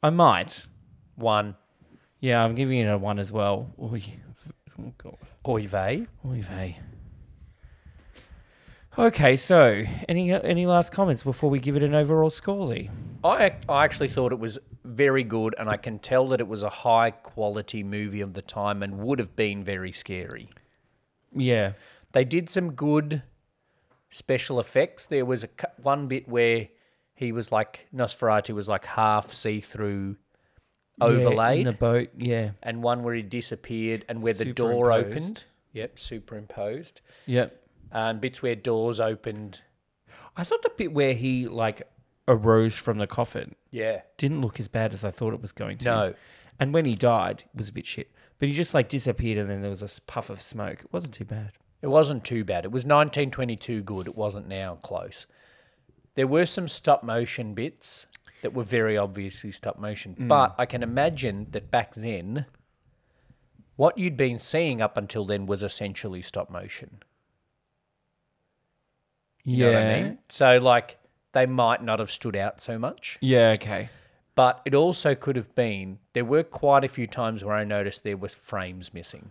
Speaker 1: I might.
Speaker 2: One,
Speaker 1: Yeah, I'm giving it a one as well. Oy. Oh god.
Speaker 2: oy vey.
Speaker 1: Oy vey. Okay, so any any last comments before we give it an overall score, Lee?
Speaker 2: I, ac- I actually thought it was very good, and I can tell that it was a high quality movie of the time and would have been very scary.
Speaker 1: Yeah.
Speaker 2: They did some good special effects. There was a cu- one bit where he was like Nosferatu was like half see through
Speaker 1: Yeah, in
Speaker 2: overlaid,
Speaker 1: the boat. Yeah.
Speaker 2: and one where he disappeared and where the door
Speaker 1: Superimposed.
Speaker 2: opened. Yep, superimposed.
Speaker 1: Yep.
Speaker 2: And bits where doors opened.
Speaker 1: I thought the bit where he like arose from the coffin
Speaker 2: Yeah,
Speaker 1: didn't look as bad as I thought it was going to.
Speaker 2: No.
Speaker 1: And when he died, it was a bit shit. But he just like disappeared, and then there was a s- puff of smoke. It wasn't too bad.
Speaker 2: it wasn't too bad. It was 1922 good. It wasn't now close. There were some stop motion bits that were very obviously stop motion,
Speaker 1: Mm.
Speaker 2: but I can imagine that back then, what you'd been seeing up until then was essentially stop motion. You
Speaker 1: Yeah.
Speaker 2: know what I mean? So, like, they might not have stood out so much,
Speaker 1: Yeah. Okay.
Speaker 2: but it also could have been there were quite a few times where I noticed there was frames missing.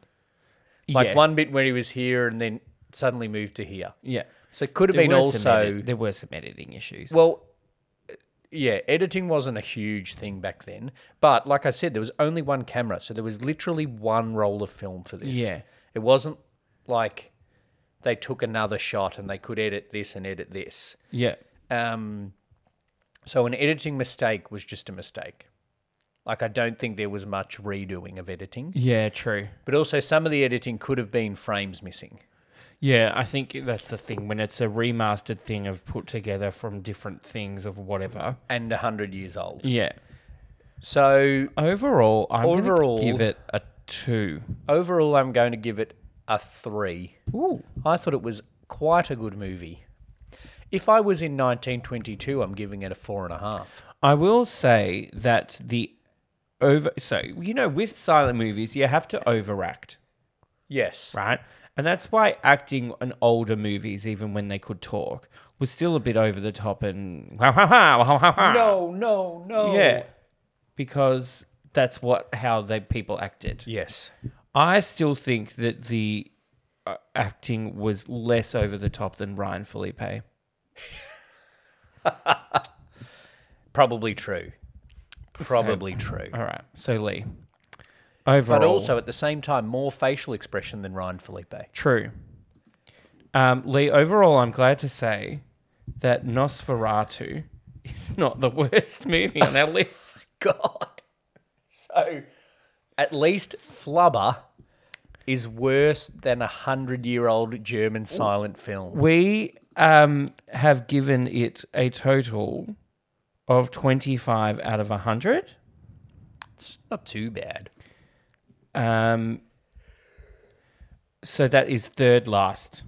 Speaker 2: Like
Speaker 1: yeah.
Speaker 2: one bit where he was here and then suddenly moved to here.
Speaker 1: Yeah.
Speaker 2: So it could have
Speaker 1: There
Speaker 2: been
Speaker 1: were
Speaker 2: also.
Speaker 1: some edit- there were some editing issues.
Speaker 2: Well, yeah, editing wasn't a huge thing back then. But like I said, there was only one camera. So there was literally one roll of film for this.
Speaker 1: Yeah.
Speaker 2: It wasn't like they took another shot and they could edit this and edit this.
Speaker 1: yeah,
Speaker 2: Um, so an editing mistake was just a mistake. Like I don't think there was much redoing of editing,
Speaker 1: yeah, true.
Speaker 2: but also some of the editing could have been frames missing.
Speaker 1: Yeah, I think that's the thing when it's a remastered thing of put together from different things of whatever.
Speaker 2: and 100 years old.
Speaker 1: Yeah.
Speaker 2: So
Speaker 1: Overall, I'm
Speaker 2: Overall-
Speaker 1: overall give it a two.
Speaker 2: overall, I'm going to give it a three.
Speaker 1: Ooh.
Speaker 2: I thought it was quite a good movie. If I was in 1922, I'm giving it a four and a half.
Speaker 1: I will say that the over so you know with silent movies you have to overact,
Speaker 2: Yes.
Speaker 1: right? And that's why acting in older movies, even when they could talk, was still a bit over the top and ha ha ha ha ha ha.
Speaker 2: No, no, no.
Speaker 1: Yeah. Because that's what how they people acted.
Speaker 2: Yes.
Speaker 1: I still think that the uh, acting was less over the top than Ryan Felipe.
Speaker 2: Probably true. Probably true.
Speaker 1: All right, so Lee. Overall,
Speaker 2: But also at the same time, more facial expression than Ryan Felipe. <laughs>
Speaker 1: true. Um, Lee, overall, I'm glad to say that Nosferatu is not the <laughs> worst movie on our list.
Speaker 2: God. So at least Flubber is worse than a hundred year old German silent film.
Speaker 1: <laughs> We um, have given it a total of 25 out of 100.
Speaker 2: It's not too bad.
Speaker 1: Um, so that is third last.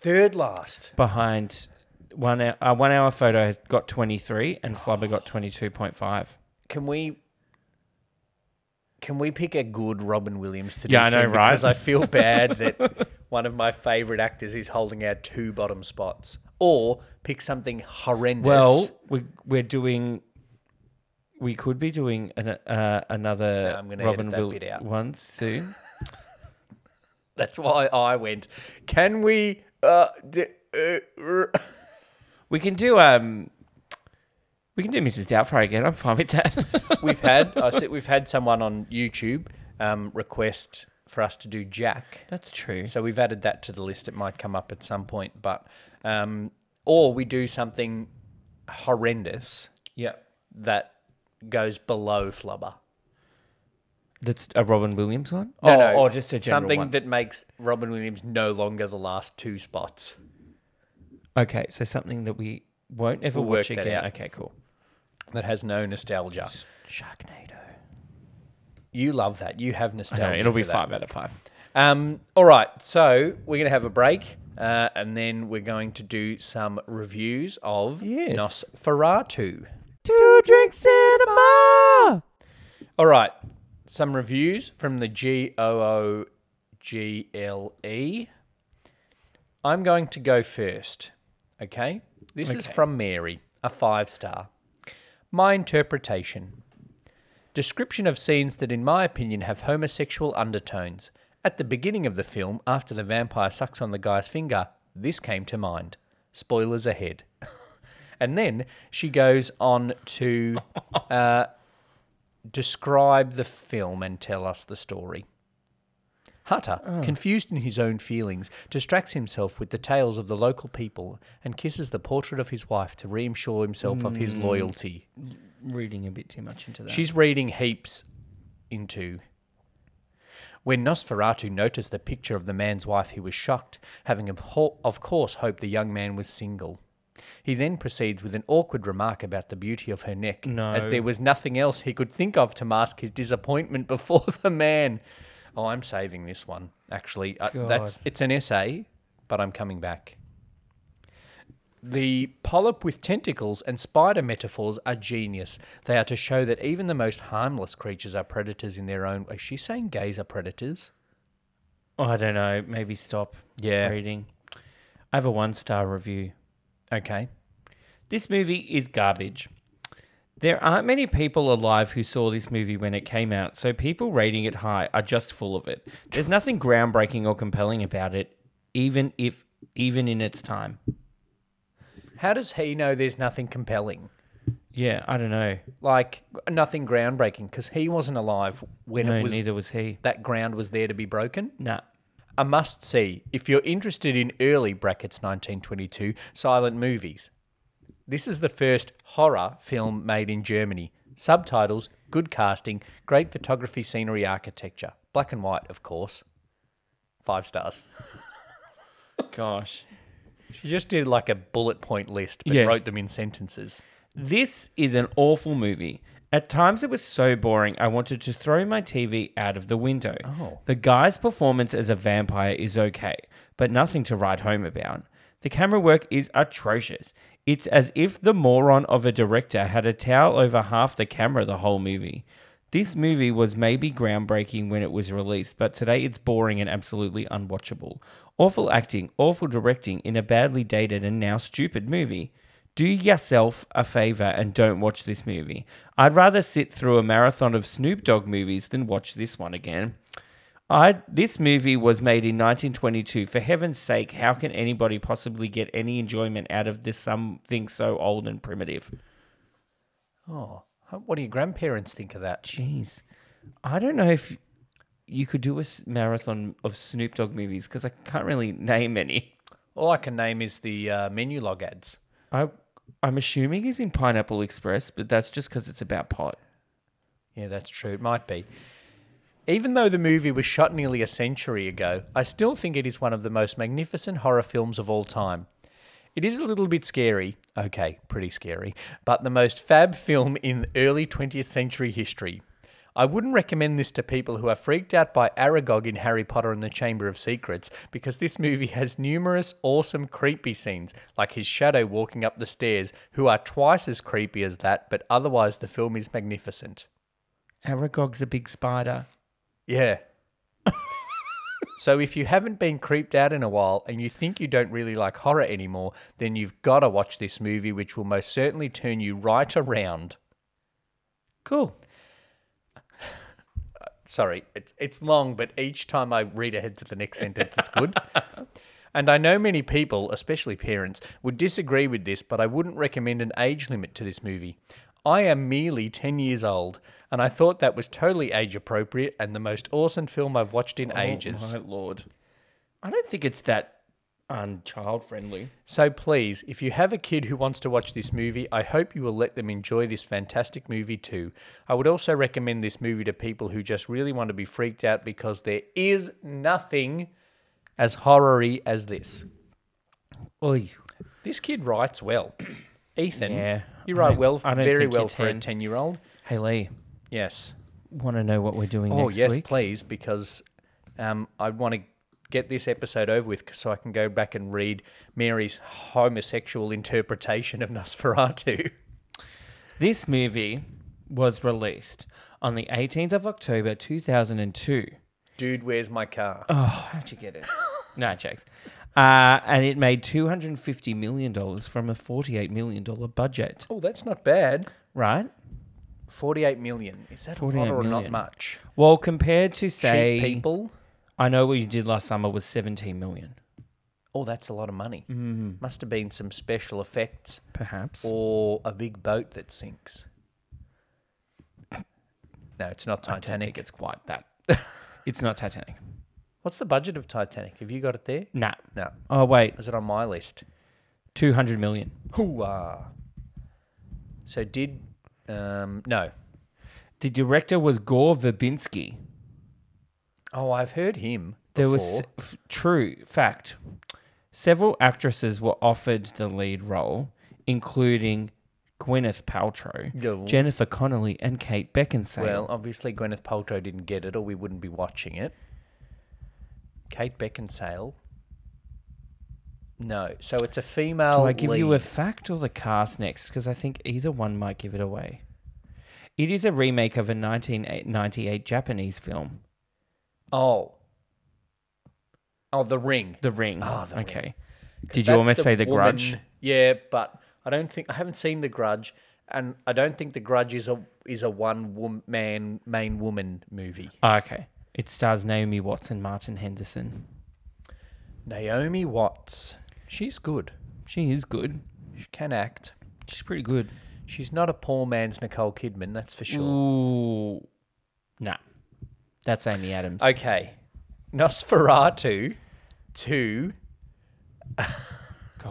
Speaker 2: Third last.
Speaker 1: behind one hour, uh, one hour photo has got 23 and flubber got 22.5
Speaker 2: Can we can we pick a good Robin Williams to do
Speaker 1: Yeah, I know,
Speaker 2: soon?
Speaker 1: right?
Speaker 2: Because
Speaker 1: <laughs>
Speaker 2: I feel bad that one of my favourite actors is holding out two bottom spots. Or pick something horrendous.
Speaker 1: well we, we're doing we could be doing an, uh, another
Speaker 2: No, I'm gonna
Speaker 1: robin
Speaker 2: edit that
Speaker 1: will
Speaker 2: bit out.
Speaker 1: one soon
Speaker 2: that's why I went. Can we? Uh, d- uh, r-
Speaker 1: we can do um we can do mrs doubtfire again i'm fine with that <laughs>
Speaker 2: we've had I said we've had someone on YouTube um, request for us to do Jack,
Speaker 1: that's true
Speaker 2: so we've added that to the list. It might come up at some point, but um, or we do something horrendous
Speaker 1: yeah
Speaker 2: that goes below Flubber.
Speaker 1: that's a robin williams one
Speaker 2: No,
Speaker 1: or,
Speaker 2: no,
Speaker 1: or just a general
Speaker 2: something
Speaker 1: one.
Speaker 2: that makes Robin Williams no longer the last two spots.
Speaker 1: okay so something that we won't ever
Speaker 2: We'll work
Speaker 1: watch
Speaker 2: that
Speaker 1: again
Speaker 2: out.
Speaker 1: okay cool
Speaker 2: That has no nostalgia.
Speaker 1: sharknado
Speaker 2: You love that. You have nostalgia.
Speaker 1: no it'll
Speaker 2: for
Speaker 1: be
Speaker 2: that.
Speaker 1: five out of five
Speaker 2: Um, all right, so we're going to have a break, uh, and then we're going to do some reviews of
Speaker 1: Yes.
Speaker 2: Nosferatu.
Speaker 1: two drinks in a bar
Speaker 2: All right, some reviews from the G O O G L E. I'm going to go first. Okay, this is
Speaker 1: Okay.
Speaker 2: from Mary, a five star. My interpretation. Description of scenes that, in my opinion, have homosexual undertones. At the beginning of the film, after the vampire sucks on the guy's finger, this came to mind. Spoilers ahead. <laughs> and then she goes on to uh, describe the film and tell us the story. Hutter, confused in his own feelings, distracts himself with the tales of the local people and kisses the portrait of his wife to reassure himself of his loyalty.
Speaker 1: reading a bit too much into that.
Speaker 2: She's reading heaps into. When Nosferatu noticed the picture of the man's wife, he was shocked, having of ho- of course hoped the young man was single. He then proceeds with an awkward remark about the beauty of her neck, as
Speaker 1: No.
Speaker 2: there was nothing else he could think of to mask his disappointment <laughs> before the man. Oh, I'm saving this one, actually. Uh, that's, it's an essay, but I'm coming back. The polyp with tentacles and spider metaphors are genius. They are to show that even the most harmless creatures are predators in their own way. She's saying gays are predators.
Speaker 1: oh, I don't know. Maybe stop
Speaker 2: Yeah.
Speaker 1: reading. I have a one star review.
Speaker 2: Okay.
Speaker 1: This movie is garbage. There aren't many people alive who saw this movie when it came out, so people rating <laughs> it high are just full of it. There's nothing groundbreaking or compelling about it, even if even in its time.
Speaker 2: How does he know there's nothing compelling?
Speaker 1: Yeah, I don't know.
Speaker 2: Like nothing groundbreaking because he wasn't alive when
Speaker 1: No,
Speaker 2: it was
Speaker 1: neither was he.
Speaker 2: that ground was there to be broken.
Speaker 1: Nah.
Speaker 2: A must see if you're interested in early brackets 1922 silent movies. This is the first horror film made in Germany. Subtitles, good casting, great photography, scenery, architecture. Black and white, of course. Five stars.
Speaker 1: <laughs> Gosh.
Speaker 2: She just did like a bullet point list, but
Speaker 1: Yeah.
Speaker 2: wrote them in sentences.
Speaker 1: This is an awful movie. At times it was so boring, I wanted to throw my TV out of the window.
Speaker 2: Oh.
Speaker 1: The guy's performance as a vampire is okay, but nothing to write home about. The camera work is atrocious. It's as if the moron of a director had a towel over half the camera the whole movie. This movie was maybe groundbreaking when it was released, but today it's boring and absolutely unwatchable. Awful acting, awful directing in a badly dated and now stupid movie. Do yourself a favor and don't watch this movie. I'd rather sit through a marathon of Snoop Dogg movies than watch this one again. I this movie was made in 1922. For heaven's sake, how can anybody possibly get any enjoyment out of this something so old and primitive?
Speaker 2: Oh, what do your grandparents think of that?
Speaker 1: Jeez, I don't know if you could do a s- marathon of Snoop Dogg movies because I can't really name any.
Speaker 2: All I can name is the uh, menu log ads.
Speaker 1: I I'm assuming he's in Pineapple Express, but that's just because it's about pot.
Speaker 2: Yeah, that's true. It might be. Even though the movie was shot nearly a century ago, I still think it is one of the most magnificent horror films of all time. It is a little bit scary, okay, pretty scary, but the most fab film in early 20th century history. I wouldn't recommend this to people who are freaked out by Aragog in Harry Potter and the Chamber of Secrets because this movie has numerous awesome creepy scenes, like his shadow walking up the stairs, who are twice as creepy as that, but otherwise the film is magnificent.
Speaker 1: Aragog's a big spider.
Speaker 2: Yeah. so if you haven't been creeped out in a while and you think you don't really like horror anymore, then you've got to watch this movie, which will most certainly turn you right around.
Speaker 1: Cool.
Speaker 2: Uh, Sorry, it's it's long, but each time I read ahead to the next sentence,
Speaker 1: <laughs>
Speaker 2: it's good. And I know many people, especially parents, would disagree with this, but I wouldn't recommend an age limit to this movie. I am merely 10 years old, and I thought that was totally age appropriate and the most awesome film I've watched in ages.
Speaker 1: Oh my lord. I don't think it's that unchild friendly.
Speaker 2: So please, if you have a kid who wants to watch this movie, I hope you will let them enjoy this fantastic movie too. I would also recommend this movie to people who just really want to be freaked out because there is nothing as horror-y as this.
Speaker 1: Oy.
Speaker 2: This kid writes well. <clears throat> Ethan,
Speaker 1: Yeah,
Speaker 2: you
Speaker 1: I
Speaker 2: write
Speaker 1: don't-
Speaker 2: well,
Speaker 1: I don't
Speaker 2: very
Speaker 1: think
Speaker 2: well
Speaker 1: you're
Speaker 2: for a
Speaker 1: 10.
Speaker 2: 10-year-old.
Speaker 1: Hey Lee,
Speaker 2: Yes.
Speaker 1: want to know what we're doing
Speaker 2: Oh,
Speaker 1: next
Speaker 2: yes,
Speaker 1: week?
Speaker 2: please, because um, I want to get this episode over with so I can go back and read Mary's homosexual interpretation of Nosferatu. <laughs>
Speaker 1: This movie was released on the 18th of October 2002.
Speaker 2: Dude, where's my car?
Speaker 1: Oh, how'd you get it? <laughs> no, checks. Uh, and it made $250 million from a $48 million budget,
Speaker 2: Oh, that's not bad.
Speaker 1: right?
Speaker 2: 48 million. Is that a lot
Speaker 1: 48
Speaker 2: or not
Speaker 1: million.
Speaker 2: much?
Speaker 1: Well, compared to, say,
Speaker 2: Cheap people.
Speaker 1: I know what you did last summer was 17 million,
Speaker 2: Oh, that's a lot of money.
Speaker 1: Mm-hmm.
Speaker 2: Mm. Must have been some special effects
Speaker 1: perhaps.
Speaker 2: or a big boat that sinks. No, it's not
Speaker 1: I don't think
Speaker 2: Titanic.
Speaker 1: it's quite that. <laughs> it's not Titanic.
Speaker 2: What's the budget of Titanic? Have you got it there?
Speaker 1: Nah.
Speaker 2: No.
Speaker 1: Oh, wait.
Speaker 2: Is it on my list?
Speaker 1: 200 million.
Speaker 2: Hooah. So did. Um, no.
Speaker 1: The director was Gore Verbinski.
Speaker 2: Oh, I've heard him.
Speaker 1: There
Speaker 2: Before.
Speaker 1: was f- true fact. Several actresses were offered the lead role, including Gwyneth Paltrow,
Speaker 2: Go.
Speaker 1: Jennifer Connelly, and Kate Beckinsale.
Speaker 2: Well, obviously Gwyneth Paltrow didn't get it, or we wouldn't be watching it. Kate Beckinsale. No, so it's a female.
Speaker 1: do I give you a
Speaker 2: lead.
Speaker 1: fact or the cast next? Because I think either one might give it away. It is a remake of a 1998 Japanese film,
Speaker 2: Oh. Oh, The Ring.
Speaker 1: The Ring.
Speaker 2: Ah, The Ring.
Speaker 1: okay.
Speaker 2: 'Cause
Speaker 1: Did you
Speaker 2: that's
Speaker 1: almost say The Grudge?
Speaker 2: woman- Yeah, but I don't think I haven't seen The Grudge, and I don't think The Grudge is a is a one woman man main woman movie.
Speaker 1: Ah, okay. It stars Naomi Watts and Martin Henderson.
Speaker 2: Naomi Watts. She's good.
Speaker 1: She is good.
Speaker 2: She can act.
Speaker 1: She's pretty good.
Speaker 2: She's not a poor man's Nicole Kidman, that's for sure.
Speaker 1: Ooh. Nah. That's Amy Adams.
Speaker 2: Okay. Nosferatu 2.
Speaker 1: God,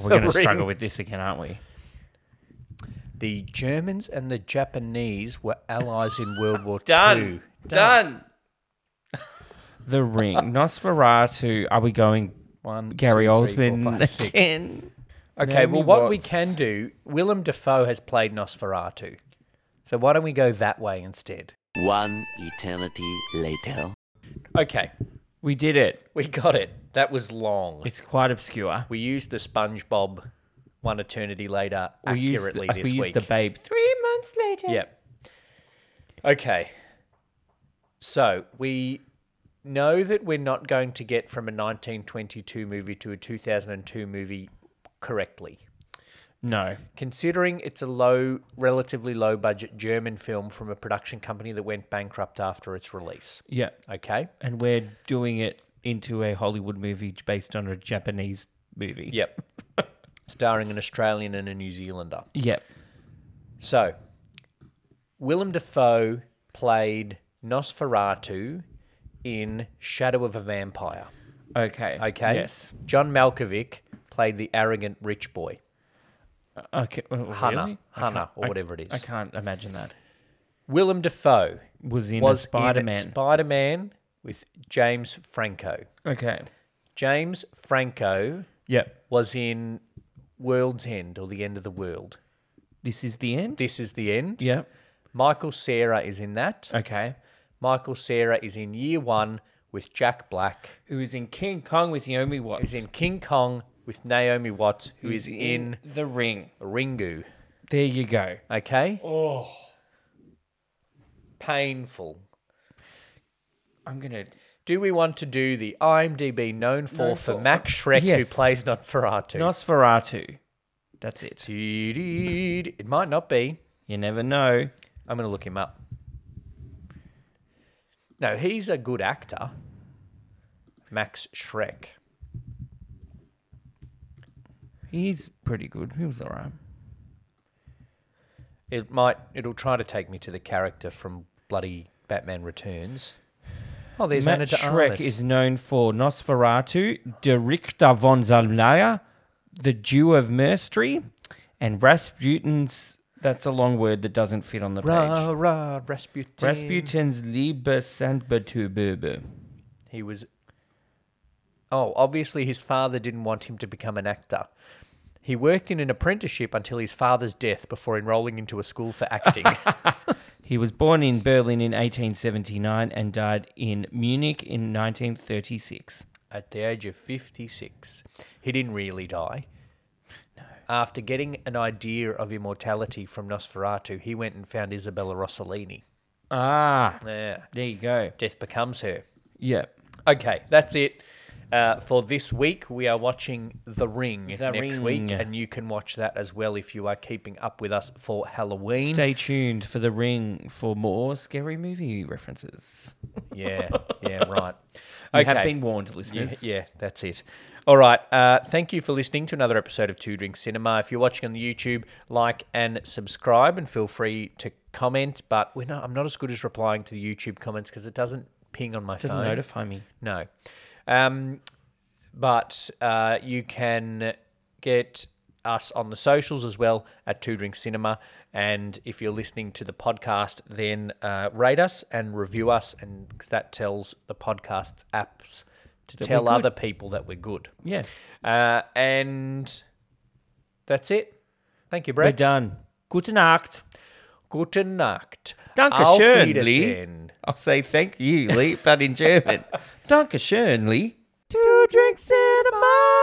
Speaker 1: we're going to
Speaker 2: Sorry.
Speaker 1: struggle with this again, aren't we?
Speaker 2: The Germans and the Japanese were allies in World War II.
Speaker 1: Done. <laughs> The Ring. Nosferatu. Are we going
Speaker 2: One,
Speaker 1: Gary
Speaker 2: two, three, four,
Speaker 1: Oldman
Speaker 2: five, six.
Speaker 1: <laughs> again?
Speaker 2: Okay,
Speaker 1: Naomi
Speaker 2: well, what we
Speaker 1: Watts.
Speaker 2: can do, Willem Dafoe has played Nosferatu. So why don't we go that way instead?
Speaker 3: One eternity later.
Speaker 2: Okay,
Speaker 1: We did it.
Speaker 2: we got it. That was long.
Speaker 1: It's quite obscure.
Speaker 2: We used the SpongeBob one eternity later
Speaker 1: We used the-
Speaker 2: accurately
Speaker 1: uh,
Speaker 2: this
Speaker 1: we
Speaker 2: week.
Speaker 1: used the babe three months later.
Speaker 2: Yep. Okay. So we know that we're not going to get from a 1922 movie to a 2002 movie correctly.
Speaker 1: No.
Speaker 2: Considering it's a low, relatively low budget German film from a production company that went bankrupt after its release.
Speaker 1: Yeah.
Speaker 2: Okay.
Speaker 1: And we're doing it into a Hollywood movie based on a Japanese movie.
Speaker 2: Yep. <laughs> Starring an Australian and a New Zealander.
Speaker 1: Yep.
Speaker 2: So, Willem Dafoe played Nosferatu in Shadow of a Vampire.
Speaker 1: Okay.
Speaker 2: Okay.
Speaker 1: Yes.
Speaker 2: John Malkovich played the arrogant rich boy,
Speaker 1: Okay. well,
Speaker 2: Hannah,
Speaker 1: really? I
Speaker 2: Hannah,
Speaker 1: can't-
Speaker 2: or
Speaker 1: I-
Speaker 2: whatever it is.
Speaker 1: I can't imagine that.
Speaker 2: Willem Dafoe
Speaker 1: Was in
Speaker 2: was
Speaker 1: a Spider-Man.
Speaker 2: Spider Man with James Franco.
Speaker 1: okay.
Speaker 2: James Franco
Speaker 1: Yep.
Speaker 2: was in World's End or The End of the World.
Speaker 1: This is the end.
Speaker 2: This is the end.
Speaker 1: Yep.
Speaker 2: Michael Sarah is in that.
Speaker 1: Okay.
Speaker 2: Michael Sarah is in Year One with Jack Black.
Speaker 1: Who is in King Kong with Naomi Watts?
Speaker 2: Who's in King Kong with Naomi Watts, who is in
Speaker 1: The Ring?
Speaker 2: Ringu.
Speaker 1: There you go.
Speaker 2: Okay. Oh. Painful.
Speaker 1: I'm gonna.
Speaker 2: Do we want to do the IMDb known for
Speaker 1: Known
Speaker 2: for
Speaker 1: for-
Speaker 2: Max Shrek who
Speaker 1: Yes.
Speaker 2: plays Nosferatu?
Speaker 1: Nosferatu. That's it.
Speaker 2: Dee-dee-dee. It might not be.
Speaker 1: You never know.
Speaker 2: I'm going to look him up. No, he's a good actor. Max Shrek.
Speaker 1: He's pretty good. He was alright.
Speaker 2: It might. It'll try to take me to the character from bloody Batman Returns. Oh, there's
Speaker 1: Matt
Speaker 2: Anna de
Speaker 1: Shrek
Speaker 2: Armas.
Speaker 1: is known for Nosferatu, Der Richter von Zalmaya, The Jew of Merstry, and Rasputin's. That's a long word that doesn't fit on the
Speaker 2: Rah,
Speaker 1: page.
Speaker 2: rah, Rasputin.
Speaker 1: Rasputin's Liebe Sandbetuberbe.
Speaker 2: He was. Oh, obviously his father didn't want him to become an actor. He worked in an apprenticeship until his father's death before enrolling into a school for acting.
Speaker 1: He was born in Berlin in 1879 and died in Munich in 1936.
Speaker 2: At the age of 56, he didn't really die. After getting an idea of immortality from Nosferatu, he went and found Isabella Rossellini.
Speaker 1: Ah,
Speaker 2: Yeah.
Speaker 1: there you go.
Speaker 2: Death becomes her.
Speaker 1: Yep.
Speaker 2: Okay, that's it uh, for this week. We are watching The Ring
Speaker 1: The
Speaker 2: next
Speaker 1: Ring.
Speaker 2: week, and you can watch that as well if you are keeping up with us for Halloween.
Speaker 1: Stay tuned for The Ring for more scary movie references.
Speaker 2: yeah,
Speaker 1: <laughs>
Speaker 2: yeah, right.
Speaker 1: You
Speaker 2: okay.
Speaker 1: have been warned, listeners.
Speaker 2: Yeah, yeah, that's it. All right. Uh, thank you for listening to another episode of Two Drink Cinema. If you're watching on the YouTube, like and subscribe, and feel free to comment. But we're not, I'm not as good as replying to the YouTube comments because it doesn't ping on my
Speaker 1: Doesn't
Speaker 2: phone.
Speaker 1: notify me.
Speaker 2: No. Um, but uh, you can get us on the socials as well at Two Drink Cinema. And if you're listening to the podcast, then uh, rate us and review us. And 'cause that tells the podcast apps to tell
Speaker 1: good.
Speaker 2: other people that we're good.
Speaker 1: Yeah.
Speaker 2: Uh, and that's it. Thank you,
Speaker 1: We're
Speaker 2: Brett.
Speaker 1: done. Gute Nacht.
Speaker 2: Guten Nacht.
Speaker 1: Danke
Speaker 2: Auf
Speaker 1: schön, Lee.
Speaker 2: Wiedersehen.
Speaker 1: I'll say <laughs> thank you, Lee, but in German. Danke schön, Lee. Two drinks in a